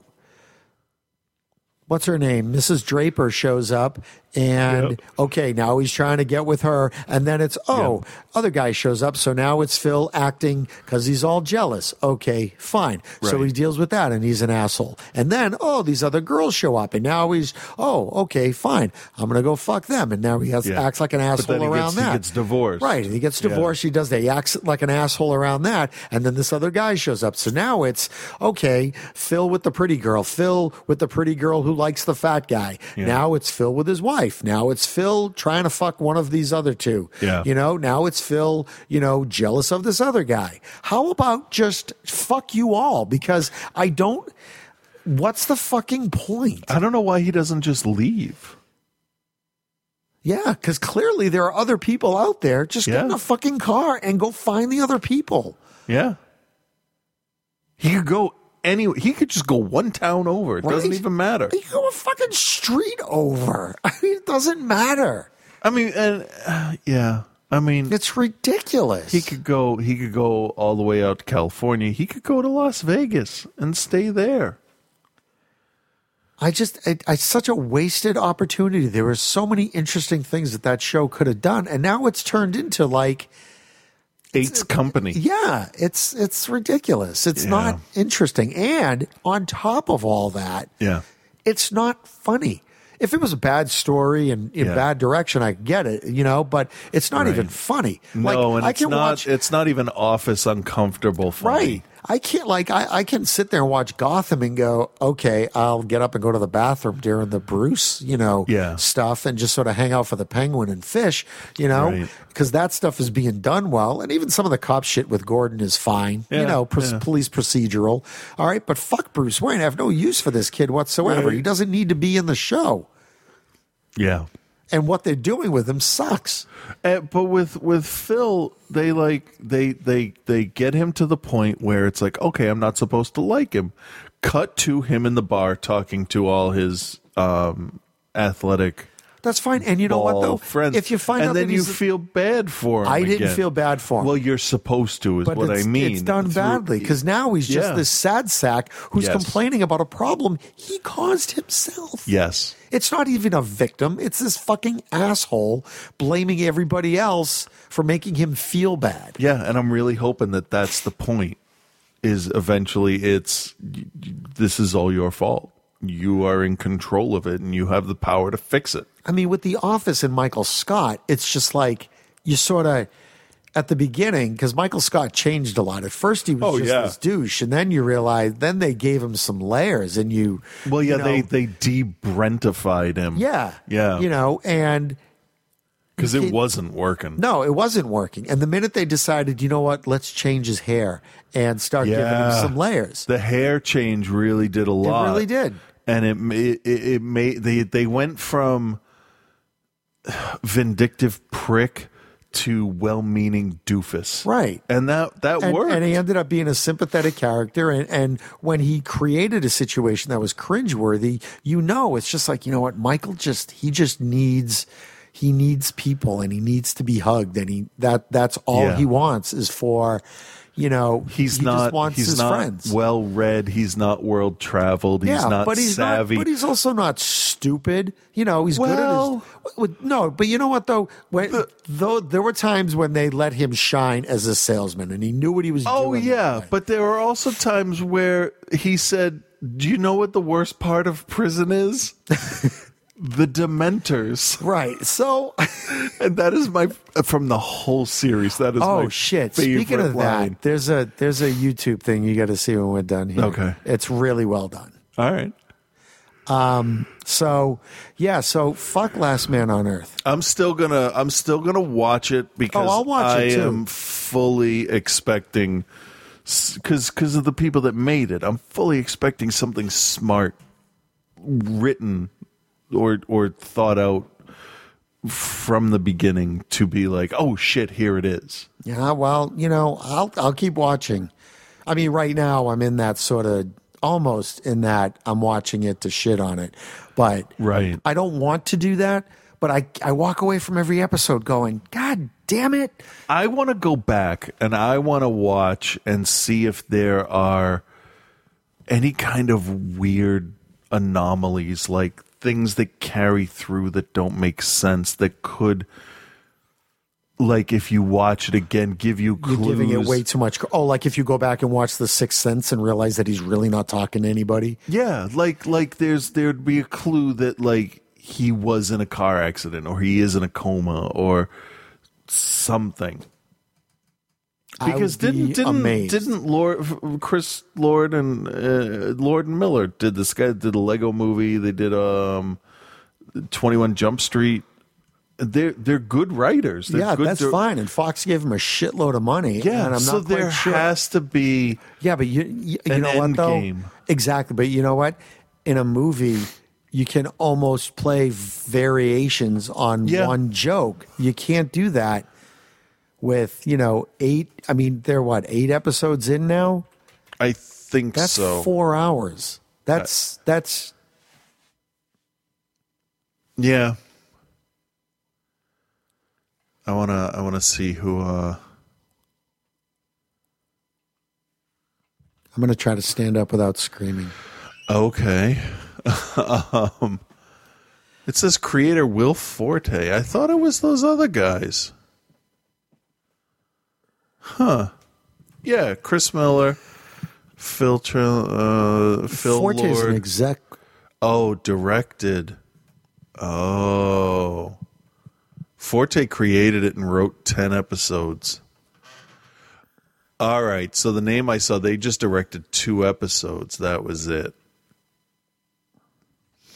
I: what's her name Mrs. Draper shows up and okay now he's trying to get with her and then it's oh other guy shows up so now it's Phil acting because he's all jealous okay fine so
F: Right.
I: he deals with that and he's an asshole and then oh these other girls show up and now he's oh okay fine I'm gonna go fuck them and now he has
F: Yeah.
I: acts like an
F: But
I: asshole
F: then he
I: around
F: gets- he
I: that
F: gets divorced.
I: right? And he gets
F: Yeah.
I: divorced. He does that. He acts like an asshole around that, and then this other guy shows up. So now it's okay. Phil with the pretty girl. Phil with the pretty girl who likes the fat guy.
F: Yeah.
I: Now it's Phil with his wife. Now it's Phil trying to fuck one of these other two.
F: Yeah.
I: You know. Now it's Phil. You know, jealous of this other guy. How about just fuck you all? Because I don't. What's the fucking point?
F: I don't know why he doesn't just leave.
I: Yeah, because clearly there are other people out there. Just get in
F: Yeah.
I: a fucking car and go find the other people.
F: Yeah. He could go anywhere. He could just go one town over. It doesn't
I: Right?
F: even matter.
I: You go a fucking street over. I mean, it doesn't matter.
F: I mean, and uh, yeah. I mean,
I: it's ridiculous.
F: He could go. He could go all the way out to California. He could go to Las Vegas and stay there.
I: I just, it, it's such a wasted opportunity. There were so many interesting things that that show could have done, and now it's turned into like,
F: Eight's company.
I: yeah, it's it's ridiculous. It's not interesting. And on top of all that,
F: Yeah.
I: it's not funny. If it was a bad story and in
F: Yeah.
I: bad direction, I get it, you know, but it's not
F: Right.
I: even funny.
F: No, and
I: I
F: it's
I: can
F: not.
I: watch
F: it's not even office uncomfortable for me.
I: Right. I can't like I, I can sit there and watch Gotham and go, okay, I'll get up and go to the bathroom during the Bruce, you know,
F: Yeah.
I: stuff and just sort of hang out for the penguin and fish, you know,
F: Right.
I: because that stuff is being done well. And even some of the cop shit with Gordon is fine, you
F: Yeah,
I: know, pr-
F: yeah.
I: police procedural. All right. But fuck Bruce Wayne. I have no use for this kid whatsoever.
F: Right.
I: He doesn't need to be in the show.
F: Yeah.
I: And what they're doing with him sucks.
F: Uh, but with with Phil, they like they they they get him to the point where it's like, okay, I'm not supposed to like him. Cut to him in the bar talking to all his um athletic
I: That's fine. And you know what though?
F: Friends.
I: If you find
F: and
I: out
F: then
I: that
F: you
I: he's-
F: feel bad for him.
I: I didn't
F: again.
I: feel bad for him.
F: Well, you're supposed to, is
I: but
F: what I
I: it's-
F: mean.
I: it's done
F: It's-
I: badly because now he's just
F: Yeah.
I: this sad sack who's
F: Yes.
I: complaining about a problem he caused himself.
F: Yes.
I: It's not even a victim. It's this fucking asshole blaming everybody else for making him feel bad.
F: Yeah, and I'm really hoping that that's the point. Is eventually it's y- y- this is all your fault. You are in control of it, and you have the power to fix it.
I: I mean, with The Office and Michael Scott, it's just like you sort of at the beginning because Michael Scott changed a lot. At first, he was
F: Oh,
I: just
F: yeah.
I: this douche, and then you realize then they gave him some layers, and you
F: Well, yeah,
I: you
F: they
I: know,
F: they debrentified him.
I: yeah
F: yeah,
I: you know and
F: because it
I: it-
F: wasn't working.
I: No, it wasn't working. And the minute they decided, you know what, let's change his hair and start giving him
F: Yeah.
I: some layers.
F: The hair change really did a lot.
I: really did.
F: and it ma- it it, it made they they went from vindictive prick to well-meaning doofus,
I: Right.
F: And that that
I: and,
F: worked.
I: and he ended up being a sympathetic character. And, and when he created a situation that was cringeworthy, you know, it's just like, you know what, Michael just, he just needs, he needs people and he needs to be hugged. And he, that, that's all
F: Yeah.
I: he wants is for, you know,
F: he's
I: he
F: not
I: just wants
F: he's
I: his
F: not
I: friends.
F: well read he's not world traveled he's not savvy
I: Not, but he's also not stupid. You know, he's
F: Well-
I: good at his. with- No, but you know what though? When, though there were times when they let him shine as a salesman, and he knew what he was
F: oh
I: doing.
F: yeah but there are also times where he said do you know what the worst part of prison is the dementors
I: right so
F: and that is my from the whole series that is
I: Oh
F: my
I: shit!
F: favorite
I: Speaking of
F: line.
I: that, there's a there's a YouTube thing you got to see when we're done here.
F: Okay.
I: it's really well done.
F: all right
I: Um. So yeah. So fuck Last Man on Earth.
F: I'm still gonna I'm still gonna watch it because
I: Oh, I'll watch
F: I
I: it, too.
F: am fully expecting because because of the people that made it. I'm fully expecting something smart written or or thought out from the beginning to be like, oh shit, here it is.
I: Yeah, well, you know, I'll I'll keep watching. I mean, right now I'm in that sort of almost in that I'm watching it to shit on it, but
F: Right.
I: I don't want to do that. But I I walk away from every episode going, God damn it!
F: I want to go back and I want to watch and see if there are any kind of weird anomalies, like things that carry through that don't make sense, that could, like, if you watch it again, give you clues.
I: You're giving it way too much. Oh, like if you go back and watch The Sixth Sense and realize that he's really not talking to anybody.
F: Yeah, like like there's there'd be a clue that like he was in a car accident or he is in a coma or something.
I: I would
F: Because didn't
I: be
F: didn't
I: amazed.
F: didn't Lord f- Chris Lord and uh, Lord and Miller did this guy did a Lego movie they did um Twenty One Jump Street they're they're good writers They're
I: yeah,
F: good
I: that's
F: dir-
I: fine. And Fox gave him a shitload of money.
F: yeah
I: and I'm
F: so
I: not quite
F: there
I: sure.
F: has to be
I: Yeah, but you you, you
F: An
I: know what
F: end
I: though?
F: game.
I: Exactly, but you know what? In a movie, you can almost play variations on
F: Yeah.
I: one joke. You can't do that with you know eight. I mean, they're what eight episodes in now.
F: I think
I: That's
F: so
I: four hours. That's that's
F: Yeah. I wanna I wanna see who uh
I: I'm gonna try to stand up without screaming.
F: okay. um it says creator Will Forte. I thought it was those other guys. Huh. Yeah, Chris Miller, Phil Trill, uh Phil
I: Forte is an
F: Lord.
I: exec.
F: oh, directed. Oh. Forte created it and wrote 10 episodes. All right. So the name I saw, they just directed two episodes. That was it.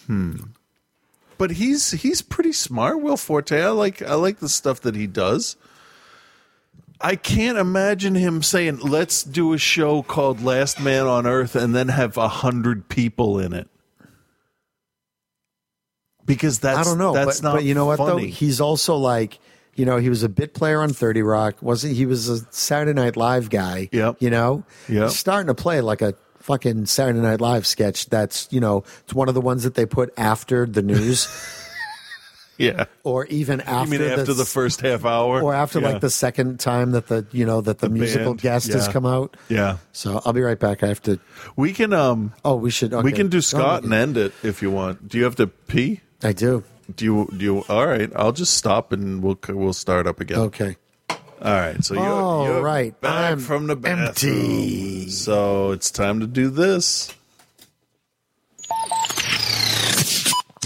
F: Hmm. But he's he's pretty smart, Will Forte. I like I like the stuff that he does. I can't imagine him saying, "Let's do a show called Last Man on Earth" and then have a hundred people in it, because that's
I: I don't know.
F: That's
I: but,
F: not
I: but you know what though?
F: funny.
I: He's also like, you know, he was a bit player on Thirty Rock. Wasn't he? Was a Saturday Night Live guy.
F: Yep.
I: You know.
F: Yep.
I: He's starting to play like a fucking Saturday Night Live sketch. That's you know, it's one of the ones that they put after the news.
F: yeah.
G: or even after,
F: you mean after the first half hour,
G: or after
F: Yeah.
G: like the second time that the you know that the, musical
F: band,
G: guest has
F: yeah.
G: come out.
F: Yeah.
G: So I'll be right back. I have to.
F: We can um.
G: Oh, we should.
F: We
G: okay.
F: can do
G: Oh,
F: Scott and end it if you want. Do you have to pee?
G: I do.
F: Do you? Do you? All right. I'll just stop and we'll we'll start up again.
G: Okay.
F: All right. So you're,
G: All
F: you're
G: right,
F: back
G: I'm
F: from the bathroom.
G: empty.
F: So it's time to do this.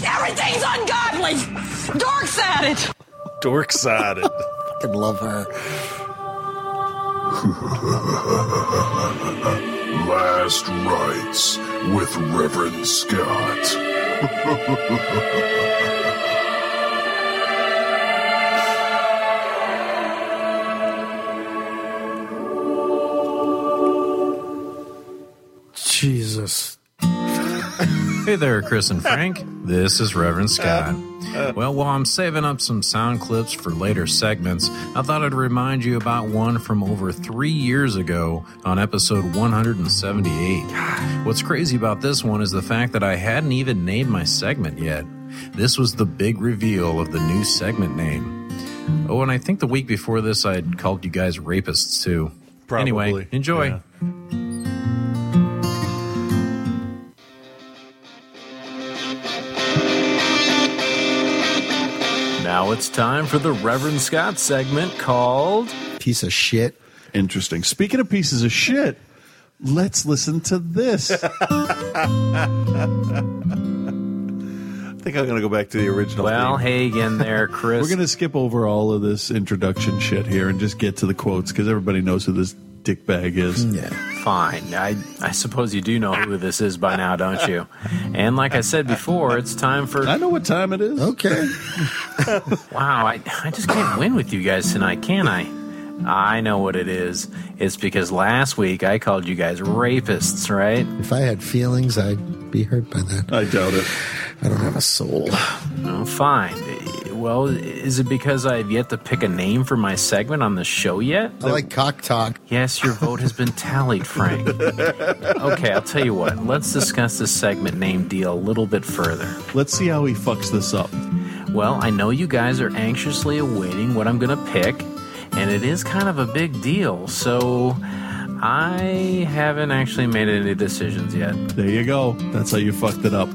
C: Everything's ungodly! Dork's at it!
F: Dork sided.
G: Fucking love her.
M: Last rites with Reverend Scott.
I: Jesus. hey there, Chris and Frank. This is Reverend Scott. Well, while I'm saving up some sound clips for later segments, I thought I'd remind you about one from over three years ago on episode 178. What's crazy about this one is the fact that I hadn't even named my segment yet. This was the big reveal of the new segment name. Oh, and I think the week before this, I'd called you guys rapists too. Anyway, enjoy. Now it's time for the Reverend Scott segment called
G: Piece of Shit.
F: Interesting. Speaking of pieces of shit, let's listen to this. I think I'm going to go back to the original.
I: Well,
F: theme.
I: hey again there, Chris.
F: We're going to skip over all of this introduction shit here and just get to the quotes because everybody knows who this dickbag is.
I: Fine. I, I suppose you do know who this is by now, don't you? And like I said before, it's time for. I
F: know what time it is.
G: Okay.
I: wow, I, I just can't win with you guys tonight, can I? I know what it is. It's because last week I called you guys rapists, right?
G: If I had feelings, I'd be hurt by that.
F: I doubt it.
G: I don't have a soul.
I: Oh, fine. Well, is it because I've yet to pick a name for my segment on the show yet?
G: I like cock talk.
I: Yes, your vote has been tallied, Frank. okay, I'll tell you what. Let's discuss this segment name deal a little bit further.
F: Let's see how he fucks this up.
I: Well, I know you guys are anxiously awaiting what I'm going to pick, and it is kind of a big deal, so I haven't actually made any decisions yet.
F: There you go. That's how you fucked it up.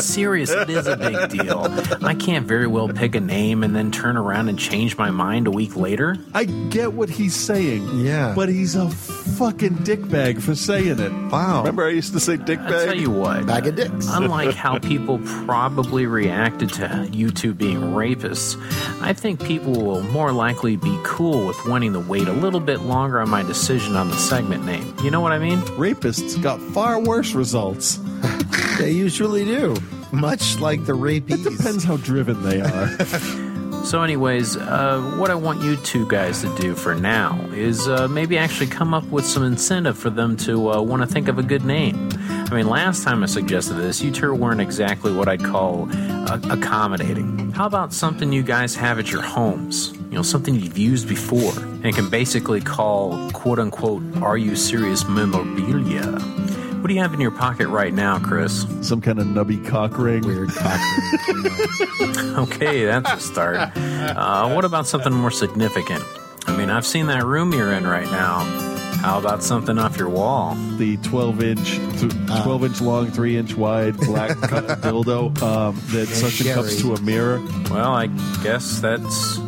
I: Serious, it is a big deal. I can't very well pick a name and then turn around and change my mind a week later.
F: I get what he's saying.
G: Yeah.
F: But he's a fucking dickbag for saying it. Wow. Remember I used to say dickbag?
I: I tell you what,
G: bag of dicks.
I: Unlike how people probably reacted to you two being rapists, I think people will more likely be cool with wanting to wait a little bit longer on my decision on the segment name. You know what I mean?
F: Rapists got far worse results.
G: they usually do. Much like the rapies. It
F: depends how driven they are.
I: So, anyways, uh, what I want you two guys to do for now is uh, maybe actually come up with some incentive for them to uh, want to think of a good name. I mean, last time I suggested this, you two weren't exactly what I'd call uh, accommodating. How about something you guys have at your homes? You know, something you've used before and can basically call quote unquote, are you serious memorabilia? What do you have in your pocket right now, Chris?
F: Some kind of nubby cock ring.
G: Weird cock ring.
I: okay, that's a start. Uh, what about something more significant? I mean, I've seen that room you're in right now. How about something off your wall?
F: The 12 inch, th- 12 inch long, 3 inch wide black cup dildo um, that suction cups to a mirror.
I: Well, I guess that's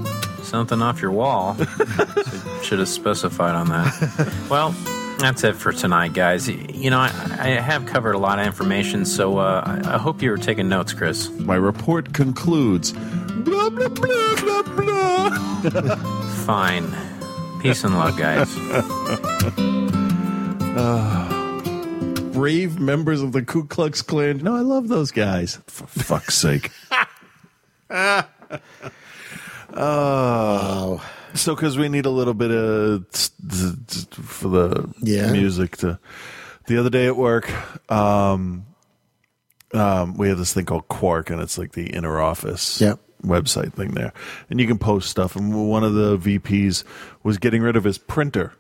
I: something off your wall. Should- Should have specified on that. Well, that's it for tonight, guys. Y- You know, I, I have covered a lot of information, so uh, I I hope you were taking notes, Chris.
F: My report concludes. Blah, blah, blah, blah, blah.
I: Fine. Peace and love, guys.
F: Ah. brave members of the Ku Klux Klan. No, I love those guys. For fuck's sake. Oh. So, because we need a little bit of t- t- t- for the
G: Yeah.
F: music to. The other day at work, um, um, we have this thing called Quark, and it's like the inner office
G: Yep.
F: website thing there, and you can post stuff. And one of the VPs was getting rid of his printer.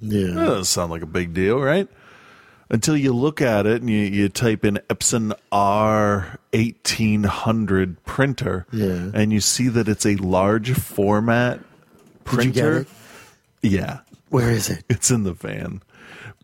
G: Yeah.
F: That doesn't sound like a big deal, right? until you look at it and you, you type in Epson R1800 printer
I: Yeah.
F: and you see that it's a large format
I: Did you get
F: printer.
I: it?
F: Yeah.
I: Where is it?
F: It's in the van.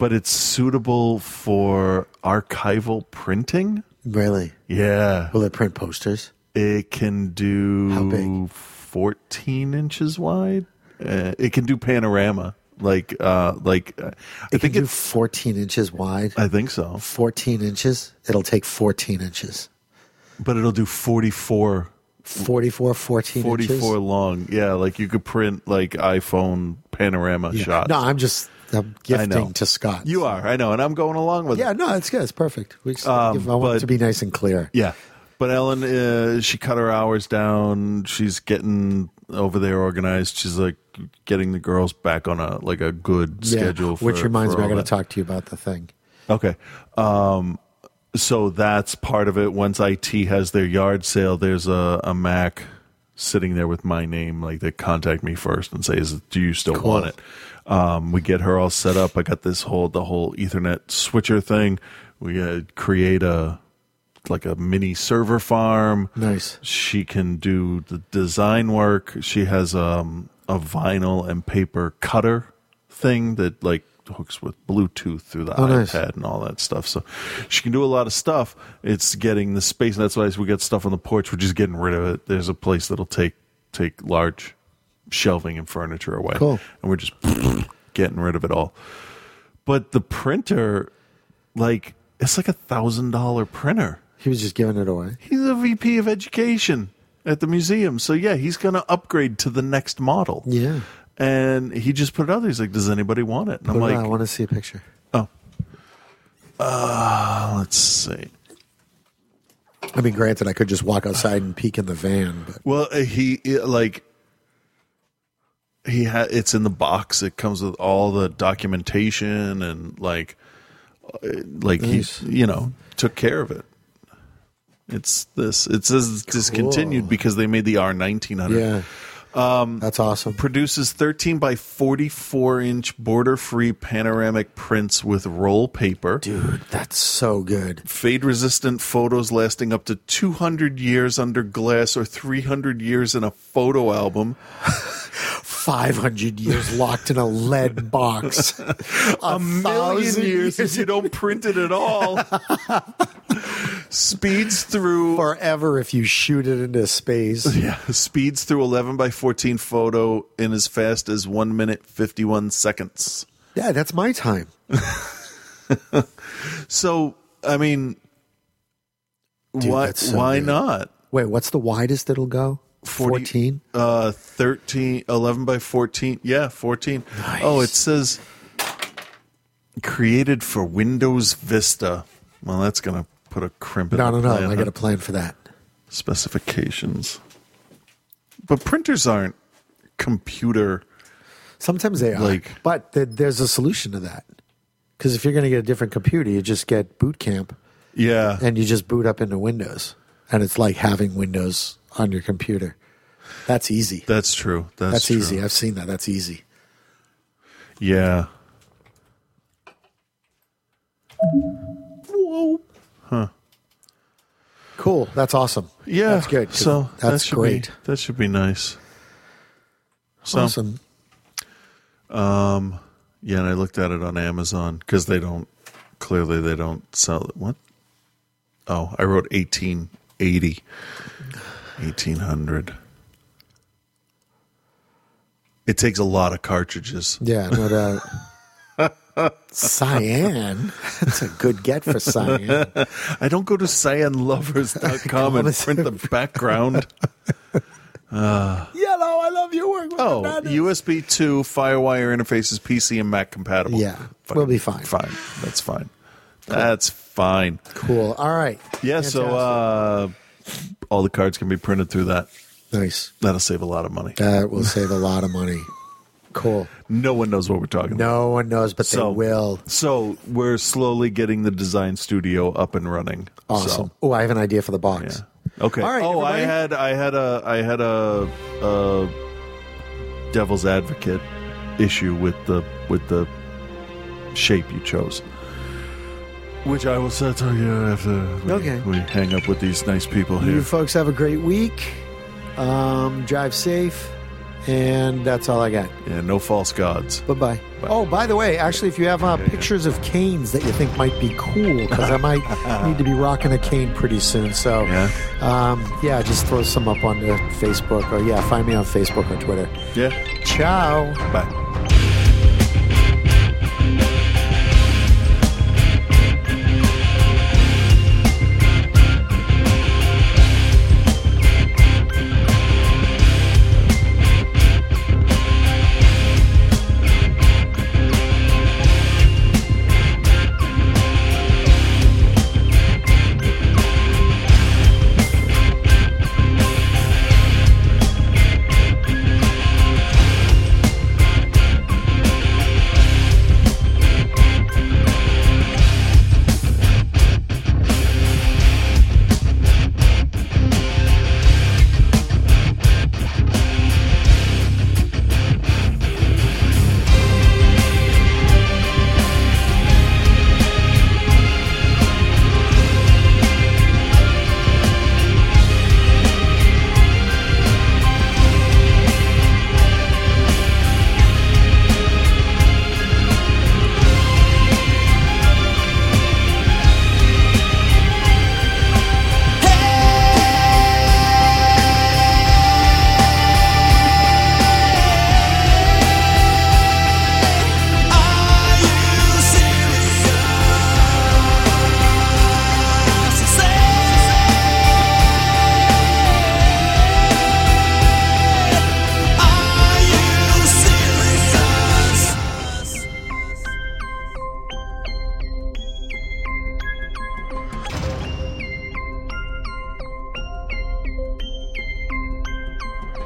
F: But it's suitable for archival printing.
I: Really?
F: Yeah.
I: Will it print posters?
F: It can do 14 inches wide. Uh, it can do panorama. Like, uh, like uh, I
I: It
F: think
I: can do
F: it's
I: 14 inches wide.
F: I think so.
I: 14 inches. It'll take 14 inches.
F: but it'll do 44
I: 44, 14
F: 44
I: inches.
F: long yeah like you could print like iphone panorama
I: Yeah.
F: shots
I: No, I'm just I'm
F: know.
I: gifting to Scott.
F: you are i know and i'm going along with
I: Yeah,
F: it
I: no, it's good. It's perfect. We just
F: Um,
I: give- I want
F: but-
I: it to be nice and clear.
F: yeah but ellen uh, she cut her hours down she's getting over there organized she's like getting the girls back on a like a good
I: Yeah,
F: schedule for,
I: which reminds
F: for
I: me, I
F: all
I: got to
F: that.
I: talk to you about the thing.
F: Okay. Um, so that's part of it. Once IT has their yard sale, there's a, a Mac sitting there with my name. Like they contact me first and say, "Is do you still
I: Cool.
F: want it?" Um, we get her all set up. I got this whole the whole Ethernet switcher thing. We uh, create a like a mini server farm.
I: Nice.
F: She can do the design work. She has um, a vinyl and paper cutter thing that like hooks with Bluetooth through the
I: Oh,
F: iPad
I: nice.
F: and all that stuff. So she can do a lot of stuff. It's getting the space. That's why we got stuff on the porch. We're just getting rid of it. There's a place that'll take take large shelving and furniture away,
I: Cool.
F: and we're just getting rid of it all. But the printer, like, it's like a thousand dollar printer.
I: He was just giving it away.
F: He's a VP of education at the museum. So yeah, he's going to upgrade to the next model.
I: Yeah.
F: And he just put it out there. He's like, does anybody want it? And I'm
I: Put it
F: like,
I: on. I want to see a picture.
F: oh, uh, let's see.
I: I mean, granted, I could just walk outside and peek in the van, but
F: Well, uh, he it, like he had it's in the box. It comes with all the documentation and like uh, like
I: Nice.
F: he you know took care of it. It's this. It says it's discontinued because they made the R nineteen hundred.
I: yeah,
F: Um,
I: that's awesome.
F: produces 13 by 44 inch border free panoramic prints with roll paper.
I: Dude, that's so good.
F: Fade resistant photos lasting up to 200 years under glass or 300 years in a photo album.
I: 500 years locked in a lead box. a,
F: A million years if you don't print it at all. Speeds through
I: forever if you shoot it into space.
F: Yeah, speeds through 11 by 14 photo in as fast as 1 minute 51 seconds.
I: Yeah, that's my time.
F: So, I mean,
I: Dude,
F: why
I: that's so
F: why
I: good.
F: not?
I: Wait, what's the widest it'll go? 14?
F: Uh 13 11 by 14. Yeah, 14. Oh, it says created for Windows Vista. Well, that's going to put a crimp in
I: No,
F: the
I: no, no.
F: plan,
I: I got
F: huh?
I: a plan for that.
F: specifications. But printers aren't computer
I: Sometimes they are.
F: Like-
I: but th- there's a solution to that. Because if you're going to get a different computer, you just get Boot Camp
F: Yeah.
I: and you just boot up into Windows. And it's like having Windows on your computer. That's easy.
F: That's true. That's,
I: That's,
F: true.
I: easy. I've seen that. That's easy.
F: Yeah.
I: Cool. That's awesome.
F: Yeah.
I: That's good. 'cause
F: So that
I: that's
F: should be-
I: great.
F: that should be nice. So,
I: awesome.
F: Um, yeah, and I looked at it on Amazon because they don't clearly they don't sell it. What? Oh, I wrote 1880, 1800. It takes a lot of cartridges.
I: Yeah, no doubt. Cyan. That's a good get for Cyan.
F: I don't go to cyanlovers.com and print the background.
I: Yellow, I love your work.
F: Oh, USB 2 Firewire interfaces, PC and Mac compatible.
I: Yeah,
F: Fucking
I: we'll be fine.
F: Fine. That's fine. That's fine.
I: Cool. All right.
F: Yeah, so uh, all the cards can be printed through that.
I: Nice.
F: That'll save a lot of money.
I: That will save a lot of money. Cool.
F: No one knows what we're talking about.
I: No one knows, but
F: So-
I: they will.
F: So we're slowly getting the design studio up and running.
I: Awesome.
F: So,
I: Oh, I have an idea for the box.
F: yeah. Okay.
I: All right,
F: oh, I
I: everybody.
F: had I had a I had a, a devil's advocate issue with the with the shape you chose. Which I will say to you after we,
I: Okay.
F: we hang up with these nice people
I: You
F: here.
I: folks have a great week. Um, drive safe. And that's all I got.
F: Yeah, no false gods.
I: Bye bye. Oh, by the way, actually, if you have uh, pictures of canes that you think might be cool, because I might need to be rocking a cane pretty soon. So, yeah, Oh. um, yeah just throw some up on Facebook. Or, yeah, find me on Facebook or Twitter.
F: Yeah.
I: Ciao.
F: Bye.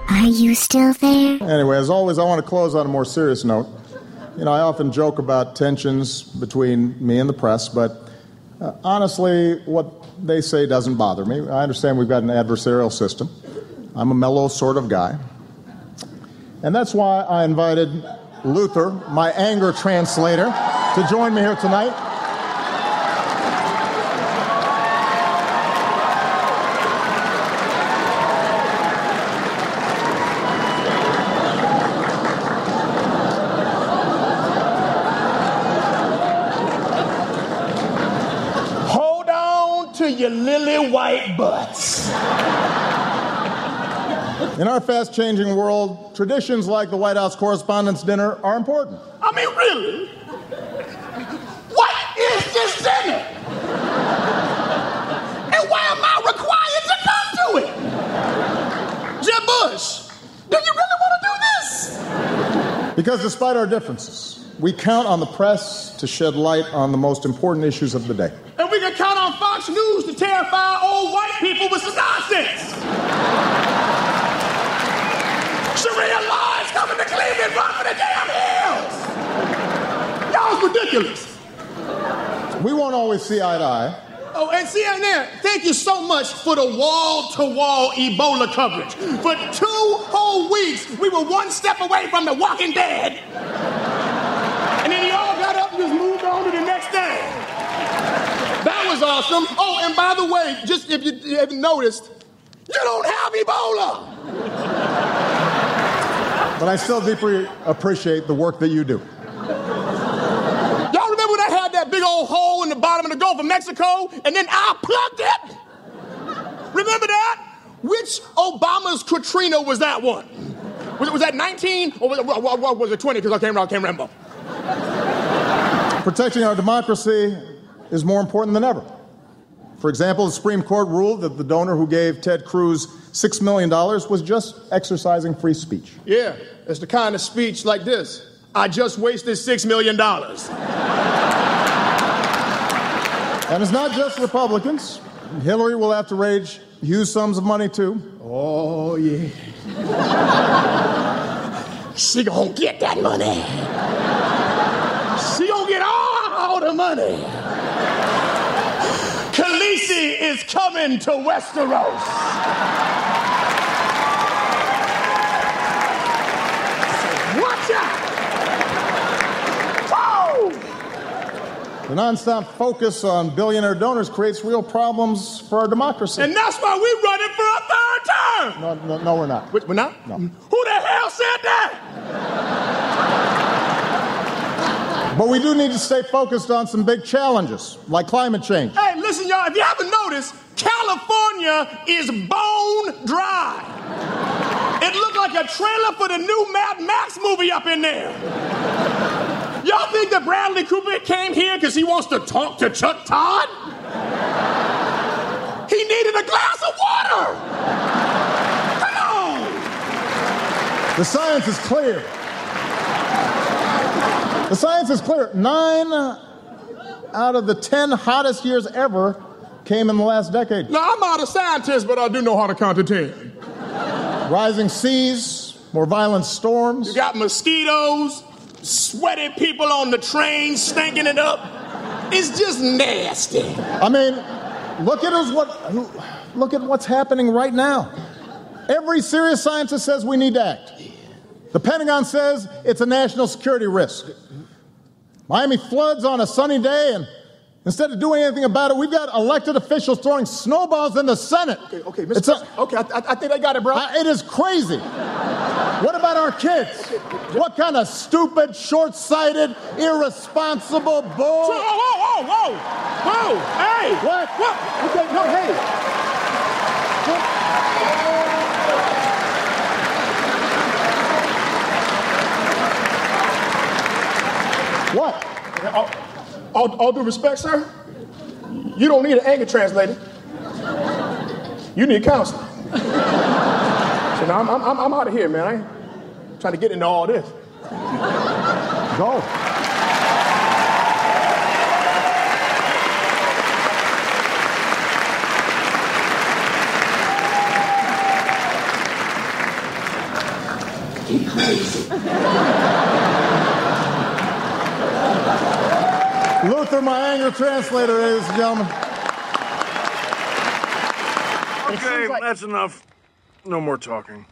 A: Are you still there? Anyway, as always, I want to close on a more serious note. You know, I often joke about tensions between me and the press, but uh, honestly, what they say doesn't bother me. I understand we've got an adversarial system. I'm a mellow sort of guy. And that's why I invited Luther, my anger translator, to join me here tonight.
G: Hold on to your lily white butts.
A: In our fast changing world, traditions like the White House Correspondents' Dinner are important.
G: I mean, really? What is this dinner? And why am I required to come to it? Jeb Bush, do you really want to do this?
A: Because despite our differences, we count on the press to shed light on the most important issues of the day.
G: And we can count on Fox News to terrify old white people with some nonsense. Sharia law is coming to Cleveland, run for the damn hills. Y'all's ridiculous.
A: We won't always see eye to eye.
G: Oh, and CNN, thank you so much for the wall to wall Ebola coverage. For two whole weeks, we were one step away from the walking dead. And then y'all got up and just moved on to the next thing. That was awesome. Oh, and by the way, just if you haven't noticed, you don't have Ebola.
A: But I still deeply appreciate the work that you do.
G: Y'all remember when I had that big old hole in the bottom of the Gulf of Mexico and then I plugged it? Remember that? Which Obama's Katrina was that one? Was, was that 19 or was, wa- wa- wa- was it 20? Because I can't, I can't remember.
A: Protecting our democracy is more important than ever. For example, the Supreme Court ruled that the donor who gave Ted Cruz $6 million was just exercising free speech.
G: Yeah, it's the kind of speech like this I just wasted $6 million.
A: And it's not just Republicans. Hillary will have to raise huge sums of money too.
G: Oh, yeah. she gonna get that money. She gonna get all the money. Khaleesi is coming to Westeros. Oh. Watch out! Whoa!
A: The nonstop focus on billionaire donors creates real problems for our democracy.
G: And that's why we're running for a third term.
A: No, no, no we're not.
G: We're not?
A: No.
G: Who the hell said that?
A: But we do need to stay focused on some big challenges, like climate change.
G: Hey, listen, y'all, if you haven't noticed, California is bone dry. It looked like a trailer for the new Mad Max movie up in there. Y'all think that Bradley Cooper came here because he wants to talk to Chuck Todd? He needed a glass of water. Come on.
A: The science is clear. The science is clear. Nine out of the ten hottest years ever came in the last decade.
G: Now, I'm not a scientist, but I do know how to count to ten.
A: Rising seas, more violent storms.
G: You got mosquitoes, sweaty people on the train stinking it up. It's just nasty.
A: I mean, look at us what look at what's happening right now. Every serious scientist says we need to act. The Pentagon says it's a national security risk. Miami floods on a sunny day and instead of doing anything about it, we've got elected officials throwing snowballs in the Senate.
G: Okay, okay,
A: It's
G: Mr.
A: a-
G: okay, I, I- I think I got it, bro.
A: I- it is crazy. What about our kids? What kind of stupid, short-sighted, irresponsible
G: Whoa,
A: bull?
G: whoa, whoa, whoa, whoa! Hey,
A: What?
G: What? Okay, no, hey.
A: What?
G: All, all, all due respect, sir. You don't need an anger translator. You need counseling. so now I'm, I'm, I'm out of here, man. I ain't trying to get into all this.
A: Go. Luther, my anger translator, ladies and gentlemen.
N: Okay, that's enough. No more talking.